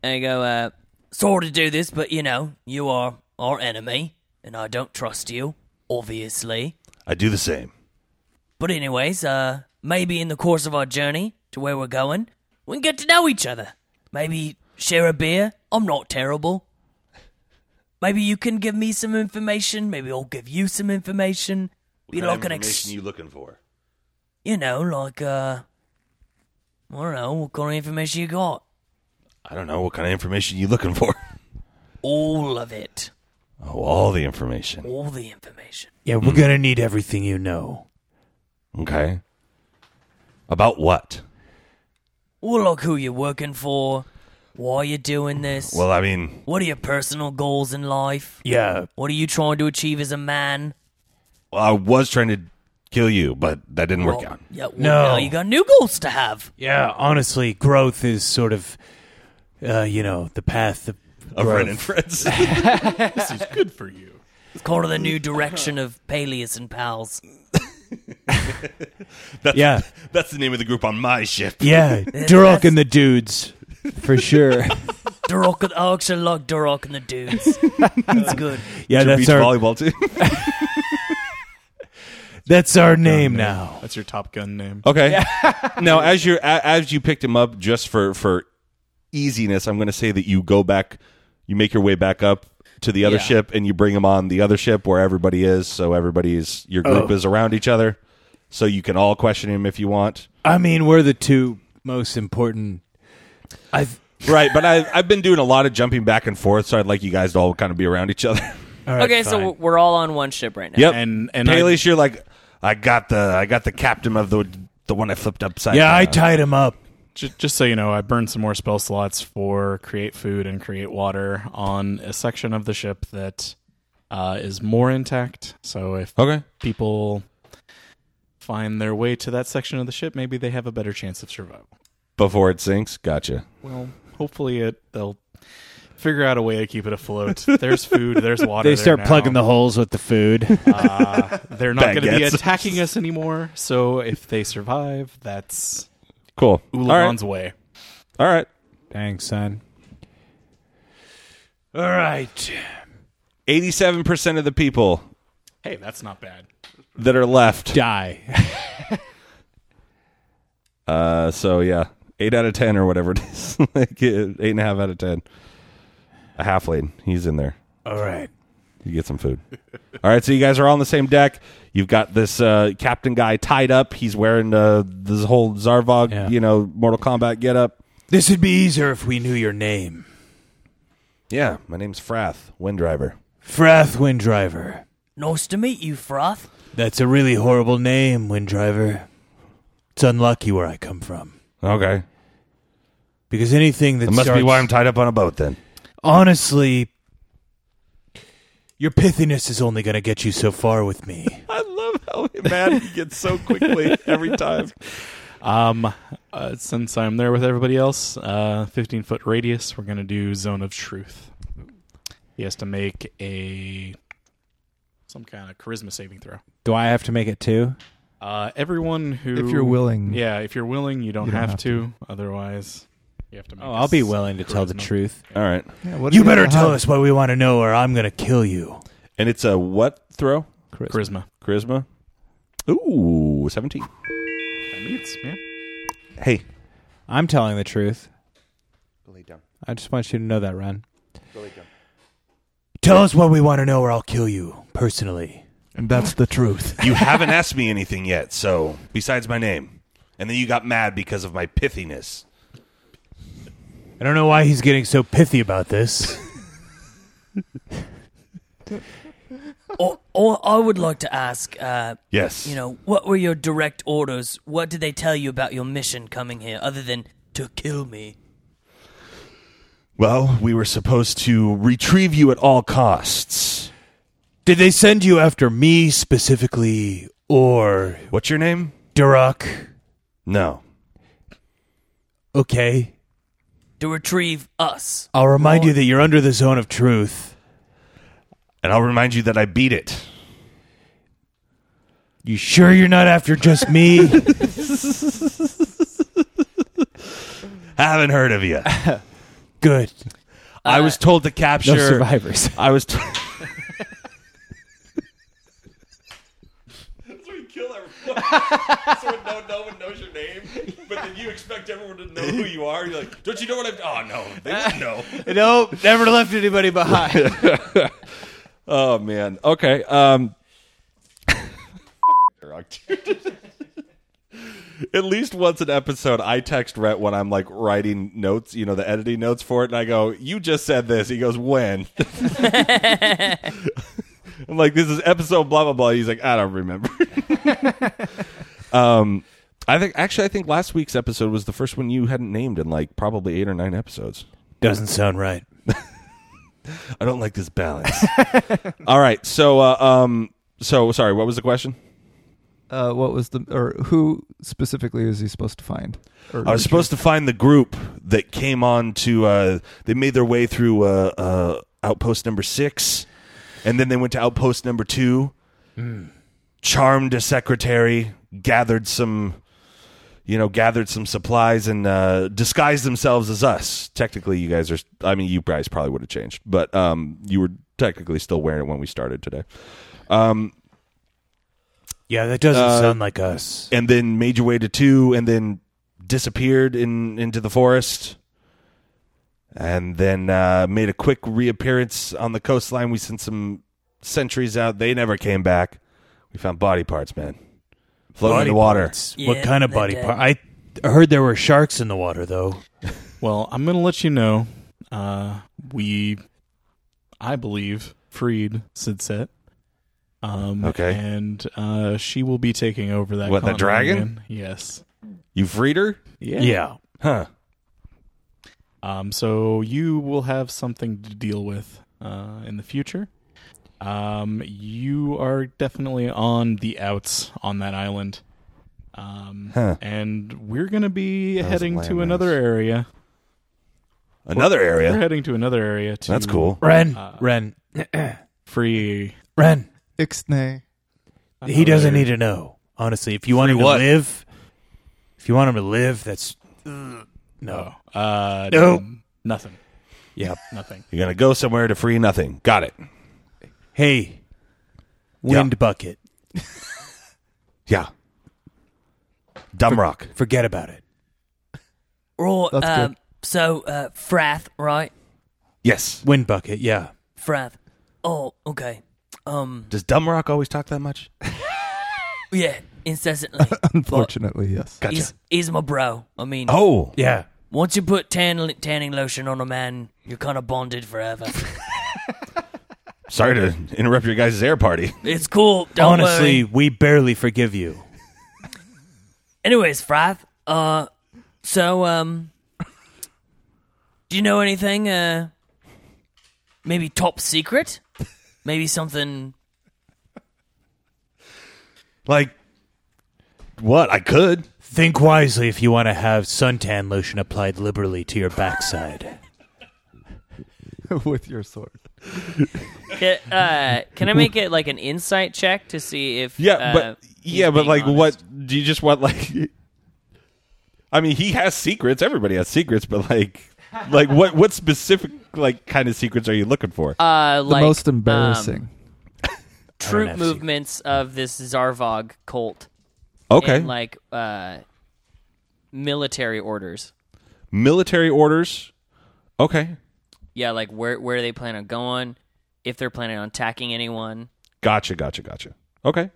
[SPEAKER 6] And I go, uh, sorry to do this, but you know, you are our enemy, and I don't trust you, obviously.
[SPEAKER 13] I do the same.
[SPEAKER 6] But, anyways, uh, maybe in the course of our journey to where we're going, we can get to know each other. Maybe share a beer. I'm not terrible. Maybe you can give me some information. Maybe I'll give you some information. Be like an ex-
[SPEAKER 13] you looking for?
[SPEAKER 6] you know, like, uh, I don't know, what kind of information you got?
[SPEAKER 13] I don't know. What kind of information you looking for?
[SPEAKER 6] All of it.
[SPEAKER 13] Oh, all the information.
[SPEAKER 6] All the information.
[SPEAKER 8] Yeah, we're gonna need everything you know.
[SPEAKER 13] Okay. About what?
[SPEAKER 6] Well, like who you're working for, why you're doing this.
[SPEAKER 13] Well, I mean-
[SPEAKER 6] what are your personal goals in life?
[SPEAKER 13] Yeah.
[SPEAKER 6] What are you trying to achieve as a man?
[SPEAKER 13] Well, I was trying to kill you, but that didn't work
[SPEAKER 6] Well,
[SPEAKER 13] out.
[SPEAKER 6] Yeah. Well,
[SPEAKER 8] No.
[SPEAKER 6] Now you got new goals to have.
[SPEAKER 8] Yeah, honestly, growth is sort of, uh, you know, the path of,
[SPEAKER 13] Of
[SPEAKER 8] growth.
[SPEAKER 13] Ren and Friends.
[SPEAKER 6] this
[SPEAKER 11] [laughs] is good for you.
[SPEAKER 6] It's called the new direction of Peleus and pals.
[SPEAKER 13] That's,
[SPEAKER 8] Yeah.
[SPEAKER 13] That's the name of the group on my ship.
[SPEAKER 8] [laughs] Yeah, Durok and the dudes, for sure.
[SPEAKER 6] Durok and I actually like Durok and the dudes. it's good.
[SPEAKER 8] Yeah,
[SPEAKER 1] It's your
[SPEAKER 8] that's
[SPEAKER 1] beach
[SPEAKER 8] our
[SPEAKER 1] volleyball team.
[SPEAKER 8] [laughs] that's our name
[SPEAKER 11] Gun
[SPEAKER 8] now.
[SPEAKER 11] That's your Top Gun name.
[SPEAKER 1] [laughs] Okay. now, as you as you picked him up, just for for easiness, I'm going to say that you go back, you make your way back up to the other
[SPEAKER 11] Yeah.
[SPEAKER 1] ship, and you bring him on the other ship where everybody is. So everybody's your group
[SPEAKER 8] Oh.
[SPEAKER 1] is around each other, so you can all question him if you want.
[SPEAKER 8] I mean, we're the two most important. I've
[SPEAKER 1] [laughs] right, but I, I've been doing a lot of jumping back and forth, so I'd like you guys to all kind of be around each other.
[SPEAKER 9] [laughs] okay, so w- we're all on one ship right now.
[SPEAKER 1] Yep.
[SPEAKER 11] And
[SPEAKER 1] and Peleus, you're like, I got the I got the captain of the the one I flipped upside.
[SPEAKER 8] Yeah, I
[SPEAKER 1] down."
[SPEAKER 8] tied him up.
[SPEAKER 11] Uh, Just, just so you know, I burned some more spell slots for create food and create water on a section of the ship that uh, is more intact. So if
[SPEAKER 1] okay.
[SPEAKER 11] people find their way to that section of the ship, maybe they have a better chance of survival.
[SPEAKER 1] before it sinks. Gotcha.
[SPEAKER 11] Well, hopefully it they'll figure out a way to keep it
[SPEAKER 8] [laughs]
[SPEAKER 11] afloat. There's food. There's water.
[SPEAKER 8] They
[SPEAKER 11] there
[SPEAKER 8] start
[SPEAKER 11] now.
[SPEAKER 8] plugging the holes with the food.
[SPEAKER 11] Uh, they're not going to be
[SPEAKER 8] Baguettes.
[SPEAKER 11] attacking us anymore. So if they survive, that's
[SPEAKER 1] Cool.
[SPEAKER 11] Ulagon's way.
[SPEAKER 1] All right.
[SPEAKER 12] Dang, son.
[SPEAKER 8] All right.
[SPEAKER 1] Eighty-seven percent of the people
[SPEAKER 11] Hey, that's not bad.
[SPEAKER 1] that are left
[SPEAKER 8] die.
[SPEAKER 1] uh, so yeah, eight out of ten or whatever it is, [laughs] like uh, eight and a half out of ten. A half lane, he's in there.
[SPEAKER 8] All right.
[SPEAKER 1] You get some food. [laughs] all right, so you guys are all on the same deck. You've got this uh, captain guy tied up. He's wearing uh, this whole Zarvog, you know, Mortal Kombat getup.
[SPEAKER 8] This would be easier if we knew your name.
[SPEAKER 1] Yeah, my name's Frath Windriver.
[SPEAKER 8] Frath Windriver.
[SPEAKER 6] Nice to meet you, Froth.
[SPEAKER 8] That's a really horrible name, Windriver. It's unlucky where I come from.
[SPEAKER 1] Okay.
[SPEAKER 8] Because anything that
[SPEAKER 1] That must
[SPEAKER 8] starts,
[SPEAKER 1] be why I'm tied up on a boat [laughs] then.
[SPEAKER 8] honestly, your pithiness is only going to get you so far with me.
[SPEAKER 1] I love how [laughs] mad he gets so [laughs] quickly every time.
[SPEAKER 11] Um, uh, since I'm there with everybody else, uh, 15 foot radius, we're gonna do zone of truth. He has to make a some kind of charisma saving throw.
[SPEAKER 12] [laughs] Do I have to make it too?
[SPEAKER 11] Uh, everyone who,
[SPEAKER 10] If you're willing.
[SPEAKER 11] yeah, if you're willing, you don't,
[SPEAKER 10] You don't
[SPEAKER 11] have,
[SPEAKER 10] have
[SPEAKER 11] to. Otherwise, you have to. Make
[SPEAKER 12] Oh,
[SPEAKER 11] a
[SPEAKER 12] I'll be
[SPEAKER 11] s-
[SPEAKER 12] willing to tell the
[SPEAKER 11] charisma.
[SPEAKER 12] truth. Uh-huh.
[SPEAKER 1] All right.
[SPEAKER 10] Yeah, what
[SPEAKER 8] you
[SPEAKER 10] do you
[SPEAKER 8] better
[SPEAKER 10] have?
[SPEAKER 8] tell us what we want to know, or I'm going to kill you.
[SPEAKER 1] And it's a what throw?
[SPEAKER 11] Charisma.
[SPEAKER 1] Charisma. Ooh, 17.
[SPEAKER 11] That meets, yeah.
[SPEAKER 1] Hey.
[SPEAKER 12] I'm telling the truth.
[SPEAKER 1] Lay down.
[SPEAKER 12] I just want you to know that, Ren.
[SPEAKER 8] Tell us what we want to know, or I'll kill you personally. And that's the truth.
[SPEAKER 13] You haven't asked me anything yet, so besides my name. And then you got mad because of my pithiness.
[SPEAKER 8] I don't know why he's getting so pithy
[SPEAKER 12] [laughs]
[SPEAKER 8] about this.
[SPEAKER 6] Or, or I would like to ask. Uh,
[SPEAKER 1] Yes.
[SPEAKER 6] You know, what were your direct orders? What did they tell you about your mission coming here, other than to kill me?
[SPEAKER 1] Well, we were supposed to retrieve you at all costs.
[SPEAKER 8] Did they send you after me specifically, or
[SPEAKER 1] what's your name?
[SPEAKER 8] Durak.
[SPEAKER 1] No.
[SPEAKER 8] Okay,
[SPEAKER 6] To retrieve us.
[SPEAKER 9] Oh,
[SPEAKER 8] I'll remind you that you're under the zone of truth,
[SPEAKER 1] and I'll remind you that I beat it.
[SPEAKER 8] You sure you're not after just me?
[SPEAKER 1] Haven't heard of you.
[SPEAKER 8] Good.
[SPEAKER 1] I was told to capture
[SPEAKER 8] survivors.
[SPEAKER 1] I was. T- [laughs]
[SPEAKER 13] That's when no, no one knows your name, but then you expect everyone to know who you are. You're like, don't you know what I'm? Oh no, they wouldn't know.
[SPEAKER 8] [laughs] nope, never left anybody behind.
[SPEAKER 1] [laughs] oh man. Okay. Um. [laughs] At least once an episode, I text Rhett when I'm like writing notes, you know, the editing notes for it, and I go, "You just said this." He goes, "When?" I'm like, "This is episode blah blah blah." He's like, "I don't [laughs] remember." um, I think actually, I think last week's episode was the first one you hadn't named in like probably eight or nine episodes.
[SPEAKER 8] Doesn't sound right.
[SPEAKER 1] I don't like this balance. [laughs] All right, so uh, um, so sorry, what was the question?
[SPEAKER 10] Uh, what was the or who specifically is he supposed to find? Or
[SPEAKER 1] I was supposed to find the group that came on to. Uh, they made their way through uh, uh, outpost number six, and then they went to outpost number two. Charmed a secretary, gathered some, you know, gathered some supplies and uh, disguised themselves as us. Technically, you guys are. I mean, you guys probably would have changed, but um, you were technically still wearing it when we started today. Um,
[SPEAKER 8] Yeah, that doesn't
[SPEAKER 1] uh,
[SPEAKER 8] sound like us.
[SPEAKER 1] And then made your way to two, and then disappeared in into the forest, and then uh, made a quick reappearance on the coastline. We sent some sentries out; they never came back. We found body parts, man, floating in
[SPEAKER 8] Body
[SPEAKER 1] the water.
[SPEAKER 8] parts? what kind of body part? I heard there were sharks in the water, though.
[SPEAKER 11] Well, I'm going to let you know. Uh, we, I believe, freed Sidset. Um,
[SPEAKER 1] Okay.
[SPEAKER 11] And uh, she will be taking over that.
[SPEAKER 1] What, the
[SPEAKER 11] continent
[SPEAKER 1] dragon?
[SPEAKER 11] again. Yes.
[SPEAKER 1] You freed her?
[SPEAKER 11] Yeah.
[SPEAKER 1] Yeah. Huh.
[SPEAKER 11] Um, so you will have something to deal with uh, in the future. Um, you are definitely on the outs on that island. Um,
[SPEAKER 1] Huh.
[SPEAKER 11] And we're going to be
[SPEAKER 1] That was
[SPEAKER 11] heading to
[SPEAKER 1] landmass.
[SPEAKER 11] another area.
[SPEAKER 1] Another
[SPEAKER 11] We're-
[SPEAKER 1] area?
[SPEAKER 11] We're heading to another area. To,
[SPEAKER 1] That's cool.
[SPEAKER 8] Ren, Ren.
[SPEAKER 11] free.
[SPEAKER 8] Ren.
[SPEAKER 10] Ixnay.
[SPEAKER 8] He doesn't need to know. Honestly, if you want
[SPEAKER 11] Free
[SPEAKER 8] him to
[SPEAKER 11] what?
[SPEAKER 8] live, if you want him to live, that's no.
[SPEAKER 11] Uh,
[SPEAKER 8] Nope.
[SPEAKER 11] Nothing.
[SPEAKER 1] Yep.
[SPEAKER 11] Nothing.
[SPEAKER 1] You're gonna go somewhere to free nothing. Got it.
[SPEAKER 8] Hey, wind bucket.
[SPEAKER 1] [laughs] yeah. Dumb rock.
[SPEAKER 8] Forget about it.
[SPEAKER 6] Or
[SPEAKER 8] That's
[SPEAKER 6] um,
[SPEAKER 8] good.
[SPEAKER 6] so, uh, Frath, right?
[SPEAKER 1] Yes.
[SPEAKER 8] Wind bucket. Yeah.
[SPEAKER 6] Frath. Oh, okay. Um,
[SPEAKER 1] Does Dumb Rock always talk that much?
[SPEAKER 6] yeah, incessantly.
[SPEAKER 10] Unfortunately, yes.
[SPEAKER 6] But He's, he's my bro. I mean,
[SPEAKER 1] Oh. Yeah.
[SPEAKER 6] Once you put tan, tanning lotion on a man, you're kind of bonded forever.
[SPEAKER 1] Sorry to interrupt your guys' air party. [laughs]
[SPEAKER 6] it's cool. Don't
[SPEAKER 8] Honestly,
[SPEAKER 6] worry.
[SPEAKER 8] we barely forgive you.
[SPEAKER 6] Anyways, Frath. Uh, so um, do you know anything? Uh, maybe top secret. Maybe something.
[SPEAKER 1] Like what? I could.
[SPEAKER 8] Think wisely if you want to have suntan lotion applied liberally to your backside.
[SPEAKER 10] [laughs] with your sword.
[SPEAKER 9] Can, uh, can I make it like an insight check to see if?
[SPEAKER 1] Yeah,
[SPEAKER 9] uh,
[SPEAKER 1] but
[SPEAKER 9] he's
[SPEAKER 1] yeah, but
[SPEAKER 9] being
[SPEAKER 1] like,
[SPEAKER 9] honest?
[SPEAKER 1] what do you just want? Like, [laughs] I mean, he has secrets. Everybody has secrets, but like, like what? What specific like kind of secrets are you looking for?
[SPEAKER 9] Uh, like
[SPEAKER 10] most embarrassing.
[SPEAKER 9] um, troop movements of this Zarvog cult.
[SPEAKER 1] Okay.
[SPEAKER 9] and, like uh, military orders.
[SPEAKER 1] Military orders. Okay,
[SPEAKER 9] Yeah, like where where they plan on going, if they're planning on attacking anyone.
[SPEAKER 1] gotcha, gotcha, gotcha. Okay.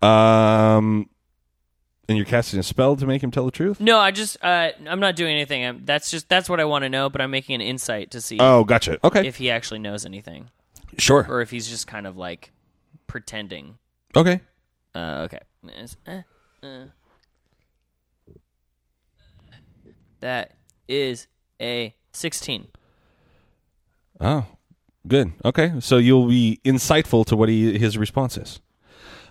[SPEAKER 1] Um, And you're casting a spell to make him tell the truth?
[SPEAKER 9] No, I just uh, I'm not doing anything. I'm, that's just that's what I want to know. But I'm making an insight to see.
[SPEAKER 1] Oh, gotcha. Okay.
[SPEAKER 9] If he actually knows anything.
[SPEAKER 1] Sure.
[SPEAKER 9] Or if he's just kind of like pretending.
[SPEAKER 1] Okay.
[SPEAKER 9] Uh, okay. It's, uh, uh. That is a 16.
[SPEAKER 1] Oh, good. Okay, so you'll be insightful to what he, his response is.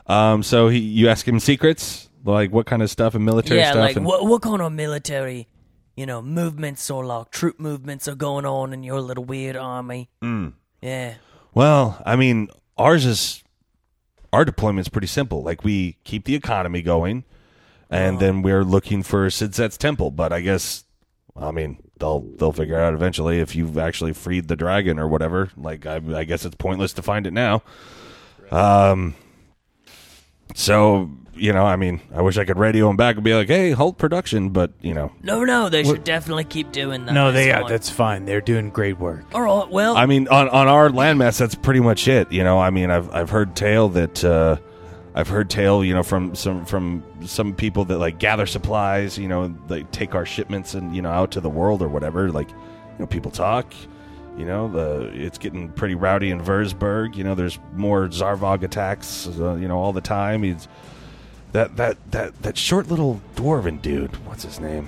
[SPEAKER 1] Um, so he, you ask him secrets, like what kind of stuff and military
[SPEAKER 6] yeah,
[SPEAKER 1] stuff.
[SPEAKER 6] like
[SPEAKER 1] and-
[SPEAKER 6] what what kind of military, you know, movements or like troop movements are going on in your little weird army?
[SPEAKER 1] Mm.
[SPEAKER 6] Yeah.
[SPEAKER 1] Well, I mean, ours is our deployment's pretty simple. Like we keep the economy going, and then we're looking for Sidset's temple. But I guess, I mean, they'll they'll figure it out eventually if you've actually freed the dragon or whatever. Like I, I guess it's pointless to find it now. Um. So you know, I mean, I wish I could radio him back and be like, "Hey, halt production," but you know,
[SPEAKER 6] No, no, they
[SPEAKER 1] What-
[SPEAKER 6] should definitely keep doing that.
[SPEAKER 8] No, they
[SPEAKER 6] That's
[SPEAKER 8] are.
[SPEAKER 6] fine.
[SPEAKER 8] That's fine. They're doing great work.
[SPEAKER 6] All right. Well,
[SPEAKER 1] I mean, on, on our landmass, that's pretty much it. You know, I mean, I've I've heard tale that uh, I've heard tale, you know, from some from some people that like gather supplies, you know, they take our shipments and you know out to the world or whatever. Like, you know, people talk. You know, the it's getting pretty rowdy in Würzburg. You know, there's more Zarvog attacks. Uh, you know, all the time. He's that that that that short little dwarven dude. What's his name?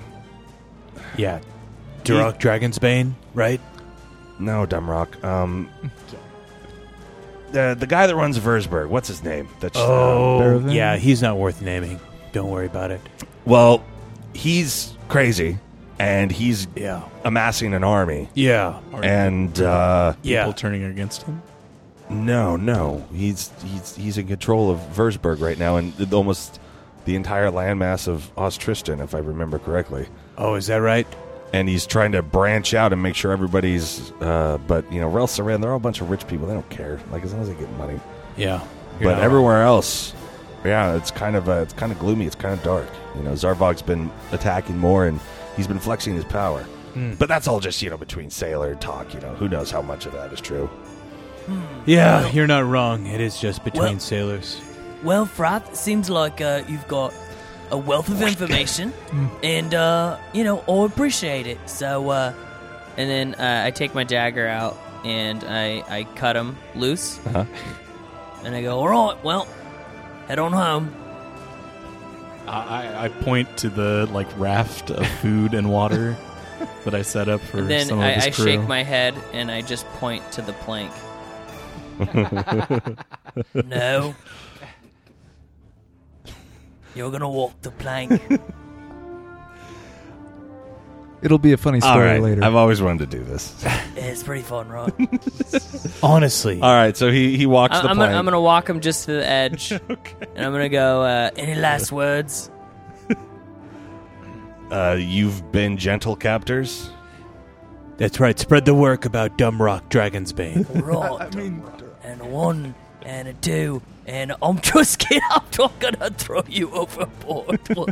[SPEAKER 8] Yeah. Durok Dragonsbane, right?
[SPEAKER 1] No, Dumrock. Um, the the guy that runs Versberg. What's his name? That's um,
[SPEAKER 8] Oh, yeah. He's not worth naming. Don't worry about it.
[SPEAKER 1] well, he's crazy, and he's amassing an army.
[SPEAKER 8] Yeah.
[SPEAKER 1] and uh,
[SPEAKER 11] People turning against him.
[SPEAKER 1] No, no, he's he's he's in control of Versberg right now, and th- almost the entire landmass of Ostristan, if I remember correctly.
[SPEAKER 8] Oh, is that right?
[SPEAKER 1] And he's trying to branch out and make sure everybody's. Uh, but you know, Rel Saran, they're all a bunch of rich people. They don't care. Like as long as they get money.
[SPEAKER 8] Yeah.
[SPEAKER 1] But
[SPEAKER 8] Yeah.
[SPEAKER 1] everywhere else, yeah, it's kind of uh, it's kind of gloomy. It's kind of dark. You know, Zarvog's been attacking more, and he's been flexing his power.
[SPEAKER 8] Hmm.
[SPEAKER 1] But that's all just you know between sailor talk. You know, who knows how much of that is true.
[SPEAKER 8] Yeah, you're not wrong. It is just between
[SPEAKER 6] Well-
[SPEAKER 8] sailors.
[SPEAKER 6] well, Froth, seems like uh, you've got a wealth of
[SPEAKER 11] [laughs]
[SPEAKER 6] information, and uh, you know, I appreciate it. So, uh,
[SPEAKER 9] And then uh, I take my dagger out and I, I cut him loose.
[SPEAKER 1] Uh-huh.
[SPEAKER 6] and I go, all right. Well, head on home.
[SPEAKER 11] I, I- I point to the like
[SPEAKER 9] [laughs]
[SPEAKER 11] raft of food and water that I set up for
[SPEAKER 9] And then
[SPEAKER 11] some of
[SPEAKER 9] I,
[SPEAKER 11] his
[SPEAKER 9] I
[SPEAKER 11] crew.
[SPEAKER 9] shake my head and I just point to the plank.
[SPEAKER 6] no, you're gonna walk the plank.
[SPEAKER 10] It'll be a funny
[SPEAKER 1] All
[SPEAKER 10] story
[SPEAKER 1] right,
[SPEAKER 10] later.
[SPEAKER 1] I've always wanted to do this. [laughs]
[SPEAKER 6] it's pretty fun, right?
[SPEAKER 8] Honestly.
[SPEAKER 1] All right, so he he walks
[SPEAKER 9] I,
[SPEAKER 1] the
[SPEAKER 9] am
[SPEAKER 1] plank.
[SPEAKER 9] gonna, I'm gonna walk him just to the edge, and I'm gonna go. Uh,
[SPEAKER 6] Any last words?
[SPEAKER 1] uh, you've been gentle captors.
[SPEAKER 8] That's right. Spread the work about Dumrock Dragonsbane.
[SPEAKER 6] Right. I mean, and a one and a two, and I'm [laughs] just kidding. I'm not gonna throw you overboard. [laughs] Well,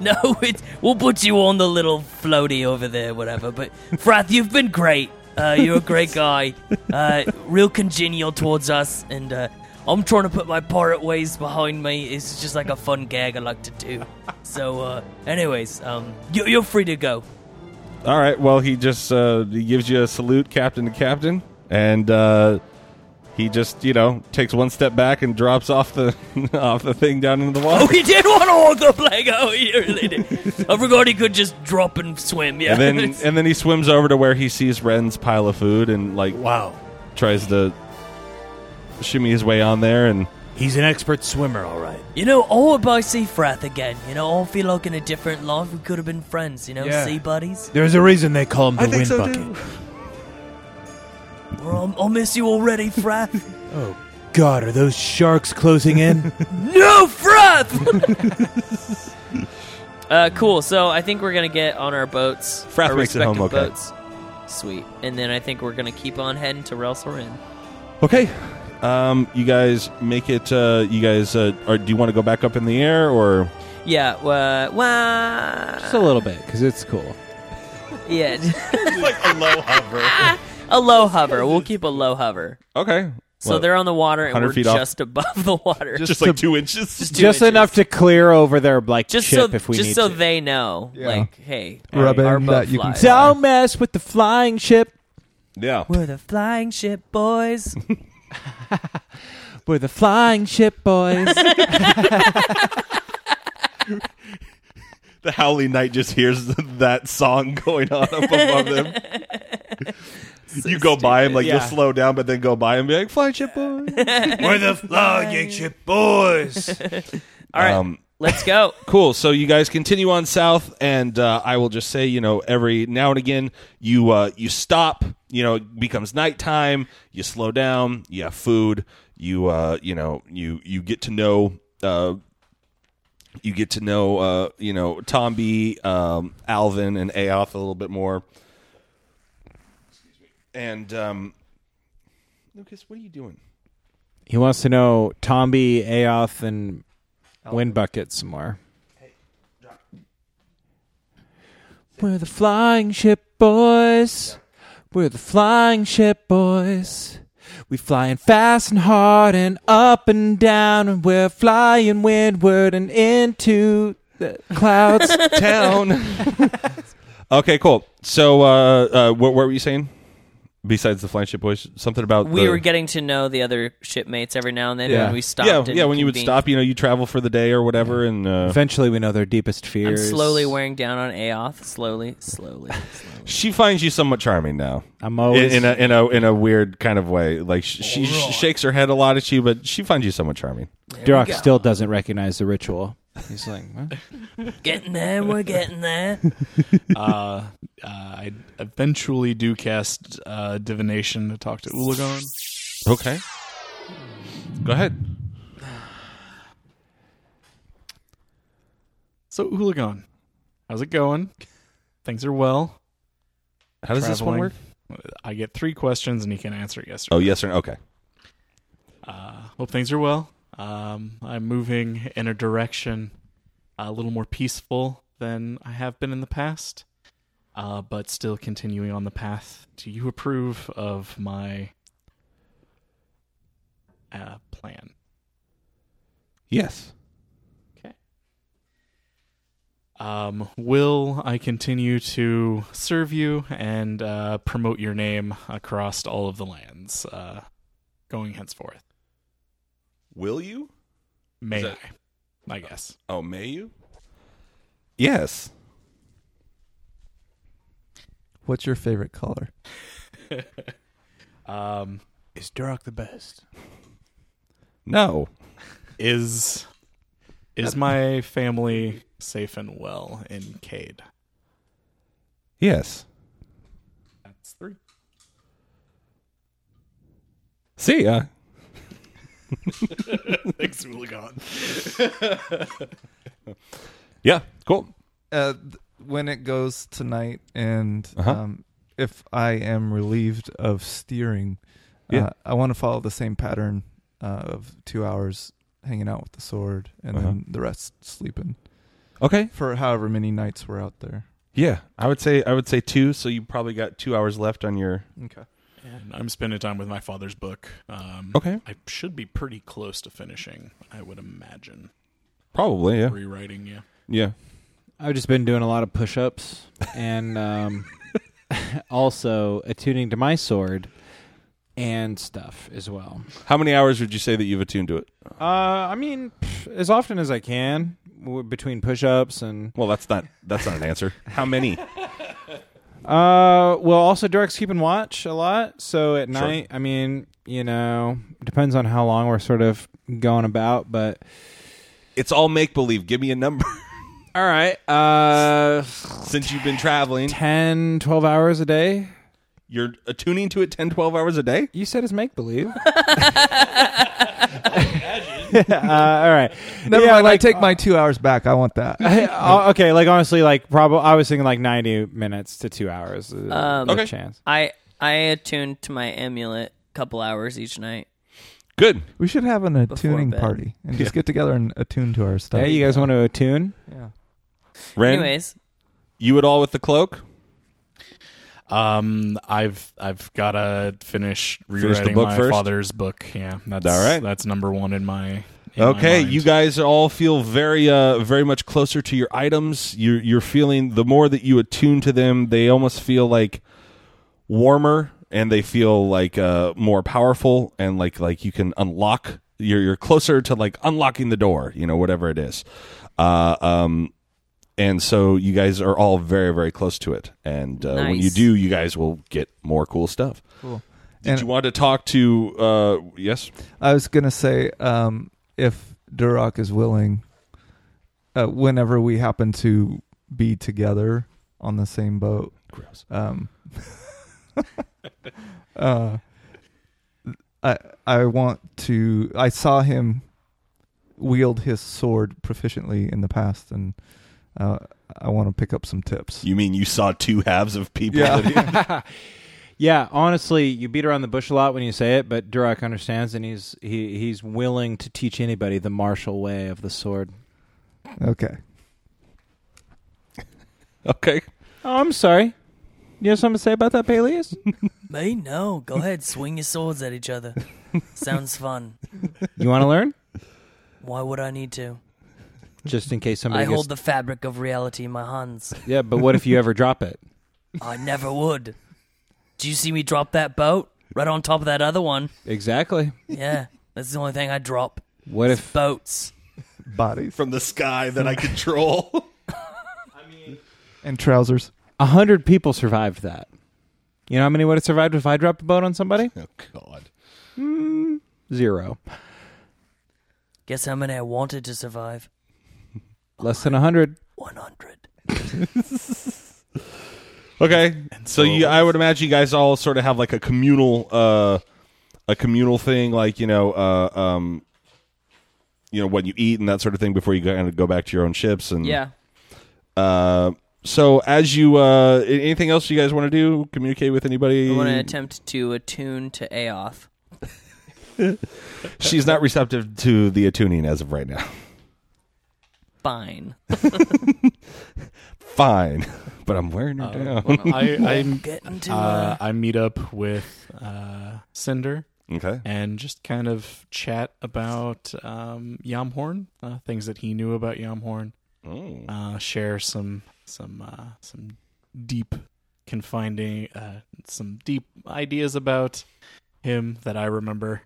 [SPEAKER 6] no, it, we'll put you on the little floaty over there, whatever. But Frath, you've been great. Uh, you're a great guy. Uh, real congenial towards us, and uh, I'm trying to put my pirate ways behind me. It's just like a fun gag I like to do. So, uh, anyways, um, you, you're free to go. [laughs]
[SPEAKER 1] All right. Well, he just uh, he gives you a salute, captain to captain, and uh, he just you know takes one step back and drops off the [laughs] off the thing down into the water.
[SPEAKER 6] Oh, he did want to walk the plank. Oh, he really did. I forgot he could just drop and swim. Yeah.
[SPEAKER 1] And then and then he swims over to where he sees Ren's pile of food and like
[SPEAKER 8] [laughs] wow
[SPEAKER 1] tries to shimmy his way on there and
[SPEAKER 8] he's an expert swimmer, all right.
[SPEAKER 6] You know, I would buy Seafrath again. You know, I feel like in a different life we could have been friends, you know,
[SPEAKER 8] Yeah.
[SPEAKER 6] sea buddies.
[SPEAKER 8] There's a reason they call him the wind bucket.
[SPEAKER 6] Well, I'll, I'll miss you already, Frath.
[SPEAKER 8] Oh God, are those sharks
[SPEAKER 1] [laughs]
[SPEAKER 8] closing in?
[SPEAKER 6] no, Frath!
[SPEAKER 9] uh, cool. So I think we're gonna get on our boats.
[SPEAKER 1] Frath
[SPEAKER 9] our
[SPEAKER 1] makes it home
[SPEAKER 9] respective
[SPEAKER 1] okay.
[SPEAKER 9] Boats. Sweet. And then I think we're gonna keep on heading to Relsarin.
[SPEAKER 1] okay. Um, you guys make it. Uh, you guys, uh, are, do you want to go back up in the air or?
[SPEAKER 9] Yeah. Uh, wah.
[SPEAKER 15] Just a little bit, because it's cool.
[SPEAKER 9] Yeah. [laughs]
[SPEAKER 1] like a low hover.
[SPEAKER 9] a low hover. We'll keep a low hover.
[SPEAKER 1] Okay.
[SPEAKER 9] So they're on the water, and
[SPEAKER 1] 100
[SPEAKER 9] we're
[SPEAKER 1] feet off?
[SPEAKER 9] [laughs] just above the water,
[SPEAKER 1] Just Just like to- two inches?
[SPEAKER 9] just, two
[SPEAKER 8] just
[SPEAKER 9] inches.
[SPEAKER 8] enough to clear over their like
[SPEAKER 9] Just
[SPEAKER 8] chip
[SPEAKER 9] so,
[SPEAKER 8] if we
[SPEAKER 9] just
[SPEAKER 8] need
[SPEAKER 9] so
[SPEAKER 8] to.
[SPEAKER 9] they know,
[SPEAKER 8] Yeah.
[SPEAKER 9] like, hey,
[SPEAKER 8] Rub
[SPEAKER 9] our
[SPEAKER 8] in
[SPEAKER 9] boat
[SPEAKER 8] that you can
[SPEAKER 9] flies.
[SPEAKER 8] Don't mess with the flying ship.
[SPEAKER 1] Yeah.
[SPEAKER 9] We're the flying ship boys.
[SPEAKER 8] We're the flying ship boys.
[SPEAKER 1] The Howling Knight just hears [laughs] that song going on up above
[SPEAKER 9] [laughs]
[SPEAKER 1] them. you go by him, like
[SPEAKER 8] Yeah.
[SPEAKER 1] you'll slow down, but then go by him and be like, flying ship boys.
[SPEAKER 8] [laughs] We're the flying ship boys.
[SPEAKER 9] [laughs] All right. let's go.
[SPEAKER 1] Um, [laughs] cool. So you guys continue on south, and uh, I will just say, you know, every now and again, you uh, you stop. You know, it becomes nighttime. You slow down. You have food. You uh, you know, you you get to know. Uh, you get to know, uh, you know, Tom B, um, Alvin, and Aoth a little bit more. And um, Lucas, what are you doing?
[SPEAKER 8] He wants to know Tomby, Aoth, and Windbucket some more. We're the flying ship boys. We're the flying ship boys. We flying fast and hard and up and down, and we're flying windward and into the clouds
[SPEAKER 1] town. [laughs] Okay, cool. So, uh, uh, what, what were you saying? Besides the flying ship boys, something about
[SPEAKER 9] we
[SPEAKER 1] the-
[SPEAKER 9] were getting to know the other shipmates every now and then
[SPEAKER 1] yeah.
[SPEAKER 9] when we stopped.
[SPEAKER 1] Yeah,
[SPEAKER 9] and
[SPEAKER 1] yeah. When you would
[SPEAKER 9] convened.
[SPEAKER 1] stop, you know, you travel for the day or whatever, and uh,
[SPEAKER 8] Eventually, we know their deepest
[SPEAKER 9] I'm
[SPEAKER 8] fears.
[SPEAKER 9] slowly wearing down on Aoth. Slowly, slowly.
[SPEAKER 1] she finds you somewhat charming now.
[SPEAKER 8] I'm always-
[SPEAKER 1] in, in a in a in a weird kind of way. Like sh- she sh- shakes her head a lot at you, but she finds you somewhat charming.
[SPEAKER 8] [laughs] Duroc still doesn't recognize the ritual. He's like, "What?"
[SPEAKER 6] Getting there, we're getting there.
[SPEAKER 11] uh, uh, I eventually do cast uh, divination to talk to Ulagon.
[SPEAKER 1] Okay. Go ahead.
[SPEAKER 11] So Ulagon, how's it going? Things are well.
[SPEAKER 1] How does this one
[SPEAKER 11] Traveling. I get three questions and he can answer yes or
[SPEAKER 1] Oh, yes or no? Okay.
[SPEAKER 11] Uh, hope things are well. Um, I'm moving in a direction a little more peaceful than I have been in the past, uh, but still continuing on the path. Do you approve of my uh, plan?
[SPEAKER 1] Yes.
[SPEAKER 11] Um, will I continue to serve you and uh, promote your name across all of the lands uh, going henceforth?
[SPEAKER 1] Will you?
[SPEAKER 11] May
[SPEAKER 1] Is that-
[SPEAKER 11] I? I guess.
[SPEAKER 1] Oh, may you? Yes.
[SPEAKER 10] What's your favorite color?
[SPEAKER 11] Um,
[SPEAKER 8] is Duroc the best?
[SPEAKER 1] No.
[SPEAKER 11] Is is my family safe and well in Cade?
[SPEAKER 1] Yes.
[SPEAKER 11] That's three.
[SPEAKER 1] See ya.
[SPEAKER 11] [laughs] Thanks, Ulagon.
[SPEAKER 1] Yeah, cool.
[SPEAKER 10] Uh, th- when it goes tonight, and
[SPEAKER 8] Uh-huh.
[SPEAKER 10] um, if I am relieved of steering,
[SPEAKER 1] Yeah.
[SPEAKER 10] uh, I want to follow the same pattern uh, of two hours hanging out with the sword, and
[SPEAKER 1] Uh-huh.
[SPEAKER 10] then the rest sleeping.
[SPEAKER 1] Okay.
[SPEAKER 10] For however many nights we're out there.
[SPEAKER 1] Yeah, I would say I would say two. So you probably got two hours left on your.
[SPEAKER 10] Okay.
[SPEAKER 11] And I'm spending time with my father's book. Um,
[SPEAKER 1] Okay.
[SPEAKER 11] I should be pretty close to finishing, I would imagine.
[SPEAKER 1] Probably, yeah.
[SPEAKER 11] Rewriting, yeah.
[SPEAKER 1] Yeah.
[SPEAKER 8] I've just been doing a lot of push-ups and [laughs] um, also attuning to my sword and stuff as well.
[SPEAKER 1] How many hours would you say that you've attuned to it?
[SPEAKER 8] Uh, I mean, pff, as often as I can w- between push-ups and
[SPEAKER 1] well, that's not that's not an answer. [laughs] How many?
[SPEAKER 8] Uh, well, also Derek's keeping watch a lot, so at
[SPEAKER 1] Sure.
[SPEAKER 8] night, I mean, you know, depends on how long we're sort of going about, but
[SPEAKER 1] It's all make believe. Give me a number. [laughs]
[SPEAKER 8] all [laughs] right. Uh,
[SPEAKER 1] since you've been traveling,
[SPEAKER 8] 10, 12 hours a day.
[SPEAKER 1] You're attuning to it 10, 12 hours a day?
[SPEAKER 8] You said it's make believe. [laughs] Uh, all
[SPEAKER 10] [laughs]
[SPEAKER 8] right.
[SPEAKER 10] Never
[SPEAKER 8] Yeah,
[SPEAKER 10] mind.
[SPEAKER 8] like-
[SPEAKER 10] I take my two hours back. I
[SPEAKER 8] [laughs]
[SPEAKER 10] want that.
[SPEAKER 8] Uh, okay, like honestly, like probably I was thinking like ninety minutes to two hours. Uh,
[SPEAKER 9] Um,
[SPEAKER 8] okay, chance.
[SPEAKER 9] I I attuned to my amulet a couple hours each night.
[SPEAKER 1] Good.
[SPEAKER 10] We should have an attuning
[SPEAKER 9] bed.
[SPEAKER 10] party and just get together and attune to our stuff.
[SPEAKER 8] Hey, you guys want to attune?
[SPEAKER 10] Yeah.
[SPEAKER 1] Ren,
[SPEAKER 9] Anyways,
[SPEAKER 1] you at all with the cloak?
[SPEAKER 11] Um, I've I've gotta finish
[SPEAKER 1] Finish the
[SPEAKER 11] rewriting
[SPEAKER 1] book
[SPEAKER 11] my
[SPEAKER 1] first?
[SPEAKER 11] father's book. Yeah, that's
[SPEAKER 1] All right.
[SPEAKER 11] That's number one in my. in my
[SPEAKER 1] Okay, you guys all feel very, uh, very much closer to your items. You're, you're feeling the more that you attune to them, they almost feel like warmer, and they feel like uh, more powerful, and like like you can unlock. You're you're closer to like unlocking the door, you know, whatever it is. Uh, um, and so you guys are all very, very close to it. And uh, when you
[SPEAKER 10] Nice.
[SPEAKER 1] do, you guys will get more cool stuff.
[SPEAKER 10] Cool.
[SPEAKER 1] Did
[SPEAKER 10] And-
[SPEAKER 1] you want to talk to? Uh, yes.
[SPEAKER 10] I was gonna say um, if Duroc is willing, uh, whenever we happen to be together on the same boat, Um, [laughs] uh, I I want to. I saw him wield his sword proficiently in the past, and uh, I want to pick up some tips.
[SPEAKER 1] You mean you saw two halves of people?
[SPEAKER 15] yeah, honestly, you beat around the bush a lot when you say it, but Durak understands, and he's he he's willing to teach anybody the martial way of the sword.
[SPEAKER 10] Okay.
[SPEAKER 1] [laughs] Okay.
[SPEAKER 15] Oh, I'm sorry. You have something to say about that, Peleus?
[SPEAKER 6] Me? No. Go ahead. Swing your swords at each other. Sounds fun.
[SPEAKER 15] you want to learn?
[SPEAKER 6] Why would I need to?
[SPEAKER 15] Just in case
[SPEAKER 6] I
[SPEAKER 15] somebody.
[SPEAKER 6] hold the fabric of reality in my hands.
[SPEAKER 15] gets- yeah, but what if you ever drop it?
[SPEAKER 6] I never would. Do you see me drop that boat right on top of that other one?
[SPEAKER 15] Exactly.
[SPEAKER 6] Yeah, that's the only thing I drop.
[SPEAKER 15] What
[SPEAKER 6] It's
[SPEAKER 15] if-
[SPEAKER 6] boats?
[SPEAKER 10] Bodies
[SPEAKER 1] from the sky that I control.
[SPEAKER 10] and trousers.
[SPEAKER 15] A hundred people survived that. You know how many would have survived if I dropped a boat on somebody? Hmm,
[SPEAKER 1] Oh God.
[SPEAKER 15] Zero.
[SPEAKER 6] Guess how many I wanted to survive?
[SPEAKER 15] Less than a hundred.
[SPEAKER 6] One hundred.
[SPEAKER 1] [laughs] Okay. So you, I would imagine you guys all sort of have like a communal, uh, a communal thing, like you know, uh, um, you know what you eat and that sort of thing before you kind of go back to your own ships and
[SPEAKER 9] Yeah.
[SPEAKER 1] Uh, so as you, uh, a- anything else you guys want to do? Communicate with anybody?
[SPEAKER 6] Hmm.
[SPEAKER 9] I want to attempt to attune to Aoth.
[SPEAKER 1] She's not receptive to the attuning as of right now. [laughs]
[SPEAKER 6] [laughs]
[SPEAKER 9] Fine.
[SPEAKER 1] Fine, [laughs] but I'm wearing
[SPEAKER 15] Oh,
[SPEAKER 1] her
[SPEAKER 11] Uh,
[SPEAKER 1] down.
[SPEAKER 11] I
[SPEAKER 6] Getting
[SPEAKER 11] I
[SPEAKER 6] to,
[SPEAKER 11] uh,
[SPEAKER 6] uh,
[SPEAKER 11] I meet up with uh, Cinder.
[SPEAKER 1] Okay.
[SPEAKER 11] And just kind of chat about um, Yamhorn, uh, things that he knew about Yamhorn.
[SPEAKER 1] Oh.
[SPEAKER 11] Uh, share some some uh, some deep confiding uh, some deep ideas about him that I remember.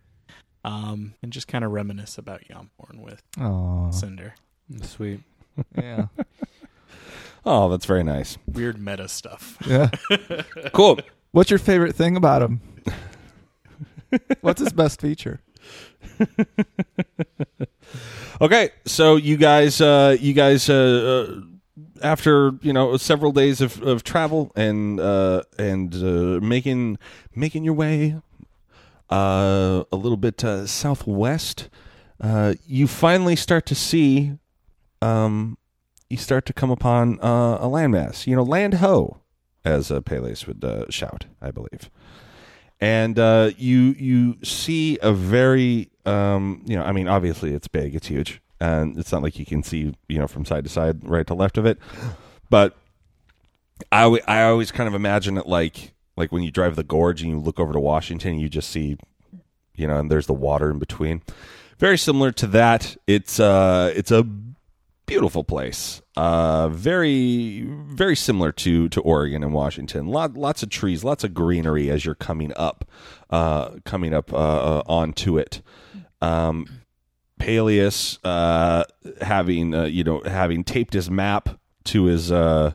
[SPEAKER 11] Um, and just kind of reminisce about Yamhorn with
[SPEAKER 10] Aw.
[SPEAKER 11] Cinder.
[SPEAKER 15] Sweet.
[SPEAKER 10] Yeah.
[SPEAKER 1] oh, that's very nice.
[SPEAKER 11] Weird meta stuff.
[SPEAKER 10] Yeah.
[SPEAKER 1] cool.
[SPEAKER 10] What's your favorite thing
[SPEAKER 1] [laughs]
[SPEAKER 10] about him? What's his best feature?
[SPEAKER 1] Okay, so you guys, uh, you guys, uh, uh, after you know several days of, of travel and uh, and uh, making making your way uh, a little bit uh, southwest, uh, you finally start to see, um, you start to come upon uh, a landmass. You know, land ho, as uh, Peleus would uh, shout, I believe. And uh, you you see a very um, you know I mean obviously it's big it's huge and it's not like you can see you know from side to side right to left of it, but I, alwa- I always kind of imagine it like like when you drive the gorge and you look over to Washington, you just see, you know, and there's the water in between. Very similar to that. It's uh, it's a beautiful place. Uh, very very similar to to Oregon and Washington. Lot lots of trees, lots of greenery as you're coming up, uh, coming up uh, uh, onto it. Um, Peleus uh, having uh, you know having taped his map to his uh,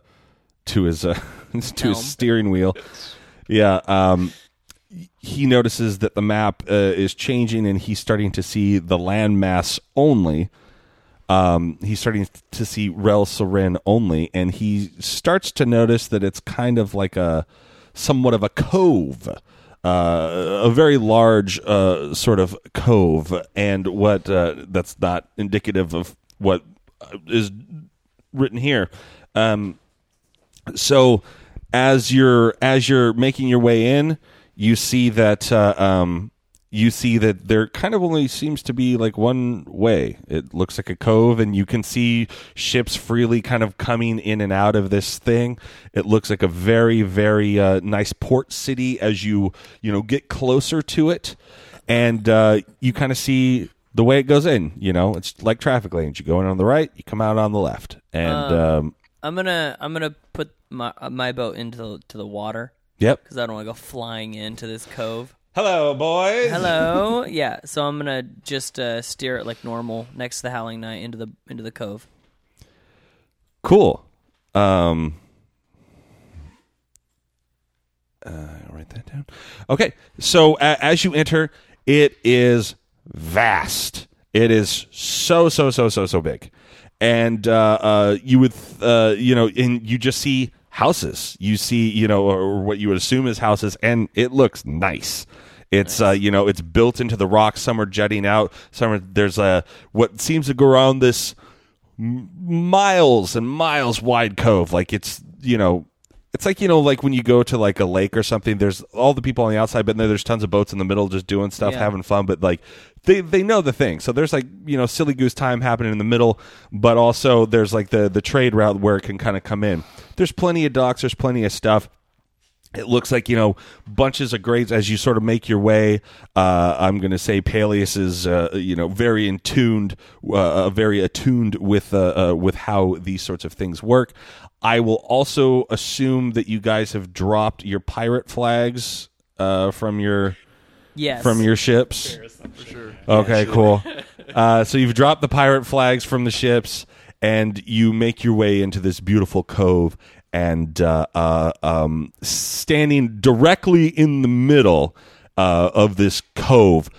[SPEAKER 1] to his uh, [laughs] to his steering wheel. Yeah, um, he notices that the map uh, is changing, and he's starting to see the landmass only. Um, he's starting to see Rel Seren only, and he starts to notice that it's kind of like a somewhat of a cove, uh, a very large uh, sort of cove, and what uh, that's not indicative of what uh, is written here. Um, so as you're as you're making your way in, you see that uh, um, you see that there kind of only seems to be like one way. It looks like a cove, and you can see ships freely kind of coming in and out of this thing. It looks like a very, very uh, nice port city as you you know get closer to it, and uh, you kind of see the way it goes in. You know, it's like traffic lanes. You go in on the right, you come out on the left, and
[SPEAKER 9] Um,
[SPEAKER 1] um,
[SPEAKER 9] I'm gonna I'm gonna put my uh, my boat into the, to the water.
[SPEAKER 1] Yep.
[SPEAKER 9] Because I don't want to go flying into this cove.
[SPEAKER 1] Hello, boys.
[SPEAKER 9] Hello. yeah. So I'm gonna just uh, steer it like normal next to the Howling Knight into the into the cove.
[SPEAKER 1] Cool. Um, uh, write that down. Okay. So uh, as you enter, it is vast. It is so so so so so big, and uh, uh, you would uh, you know, and you just see houses. You see you know, or what you would assume is houses, and it looks nice. It's uh, you know, it's built into the rock. Some are jutting out. Some are there's a what seems to go around this m- miles and miles wide cove. Like it's you know, it's like you know, like when you go to like a lake or something. There's all the people on the outside, but then there's tons of boats in the middle, just doing stuff,
[SPEAKER 13] Yeah.
[SPEAKER 1] having fun. But like they they know the thing, so there's like you know, silly goose time happening in the middle, but also there's like the the trade route where it can kind of come in. There's plenty of docks. There's plenty of stuff it looks like you know bunches of grades as you sort of make your way. Uh, I'm going to say Peleus is uh, you know very in tuned, uh, uh, very attuned with uh, uh, with how these sorts of things work. I will also assume that you guys have dropped your pirate flags uh, from your
[SPEAKER 13] Yes.
[SPEAKER 1] from your ships.
[SPEAKER 13] For sure.
[SPEAKER 1] Okay,
[SPEAKER 13] Yeah, sure.
[SPEAKER 1] cool. [laughs] Uh, so you've dropped the pirate flags from the ships, and you make your way into this beautiful cove. And uh, uh, um, standing directly in the middle uh, of this cove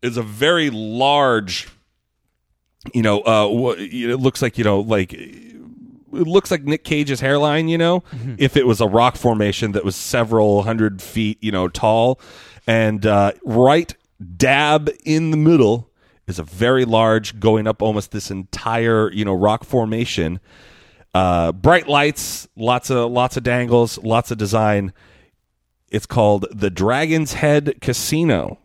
[SPEAKER 1] is a very large. You know, uh, wha- it looks like you know, like it looks like Nick Cage's hairline, you know, if it was a rock formation that was several hundred feet, you know, tall. And uh, right dab in the middle is a very large, going up almost this entire, you know, rock formation. Uh, bright lights, lots of lots of dangles, lots of design. It's called the Dragon's Head Casino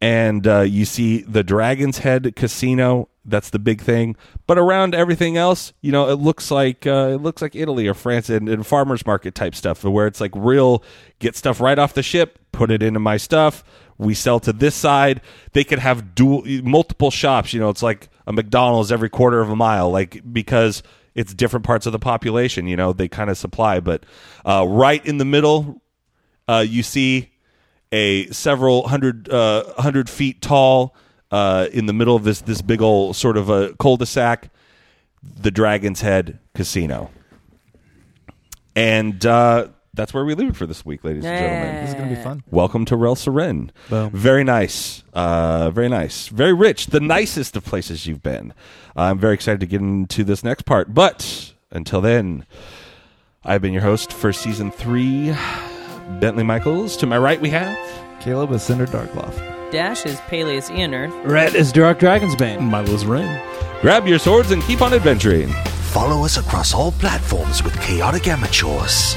[SPEAKER 1] and uh, you see the Dragon's Head Casino. That's the big thing. But around everything else, you know, it looks like uh, it looks like Italy or France and, and farmers market type stuff, where it's like real get stuff right off the ship, put it into my stuff. We sell to this side. They could have dual multiple shops. You know, it's like a McDonald's every quarter of a mile, like because it's different parts of the population. You know, they kind of supply. But uh, right in the middle, uh, you see a several hundred uh, hundred feet tall uh, in the middle of this this big old sort of a cul-de-sac, the Dragon's Head Casino, and uh, that's where we leave it for this week, ladies and gentlemen.
[SPEAKER 10] This is gonna be fun.
[SPEAKER 1] Welcome to Rel Seren. Very nice. Uh, very nice. Very rich. The nicest of places you've been. I'm very excited to get into this next part. But until then, I've been your host for season three, Bentley Michaels. To my right, we have Caleb is Cinder Darkloft.
[SPEAKER 9] Dash is Peleus Ian Earth.
[SPEAKER 1] Red is Dark Dragon's Bane. Milo's Ren. Grab your swords and keep on adventuring.
[SPEAKER 16] Follow us across all platforms with Chaotic Amateurs.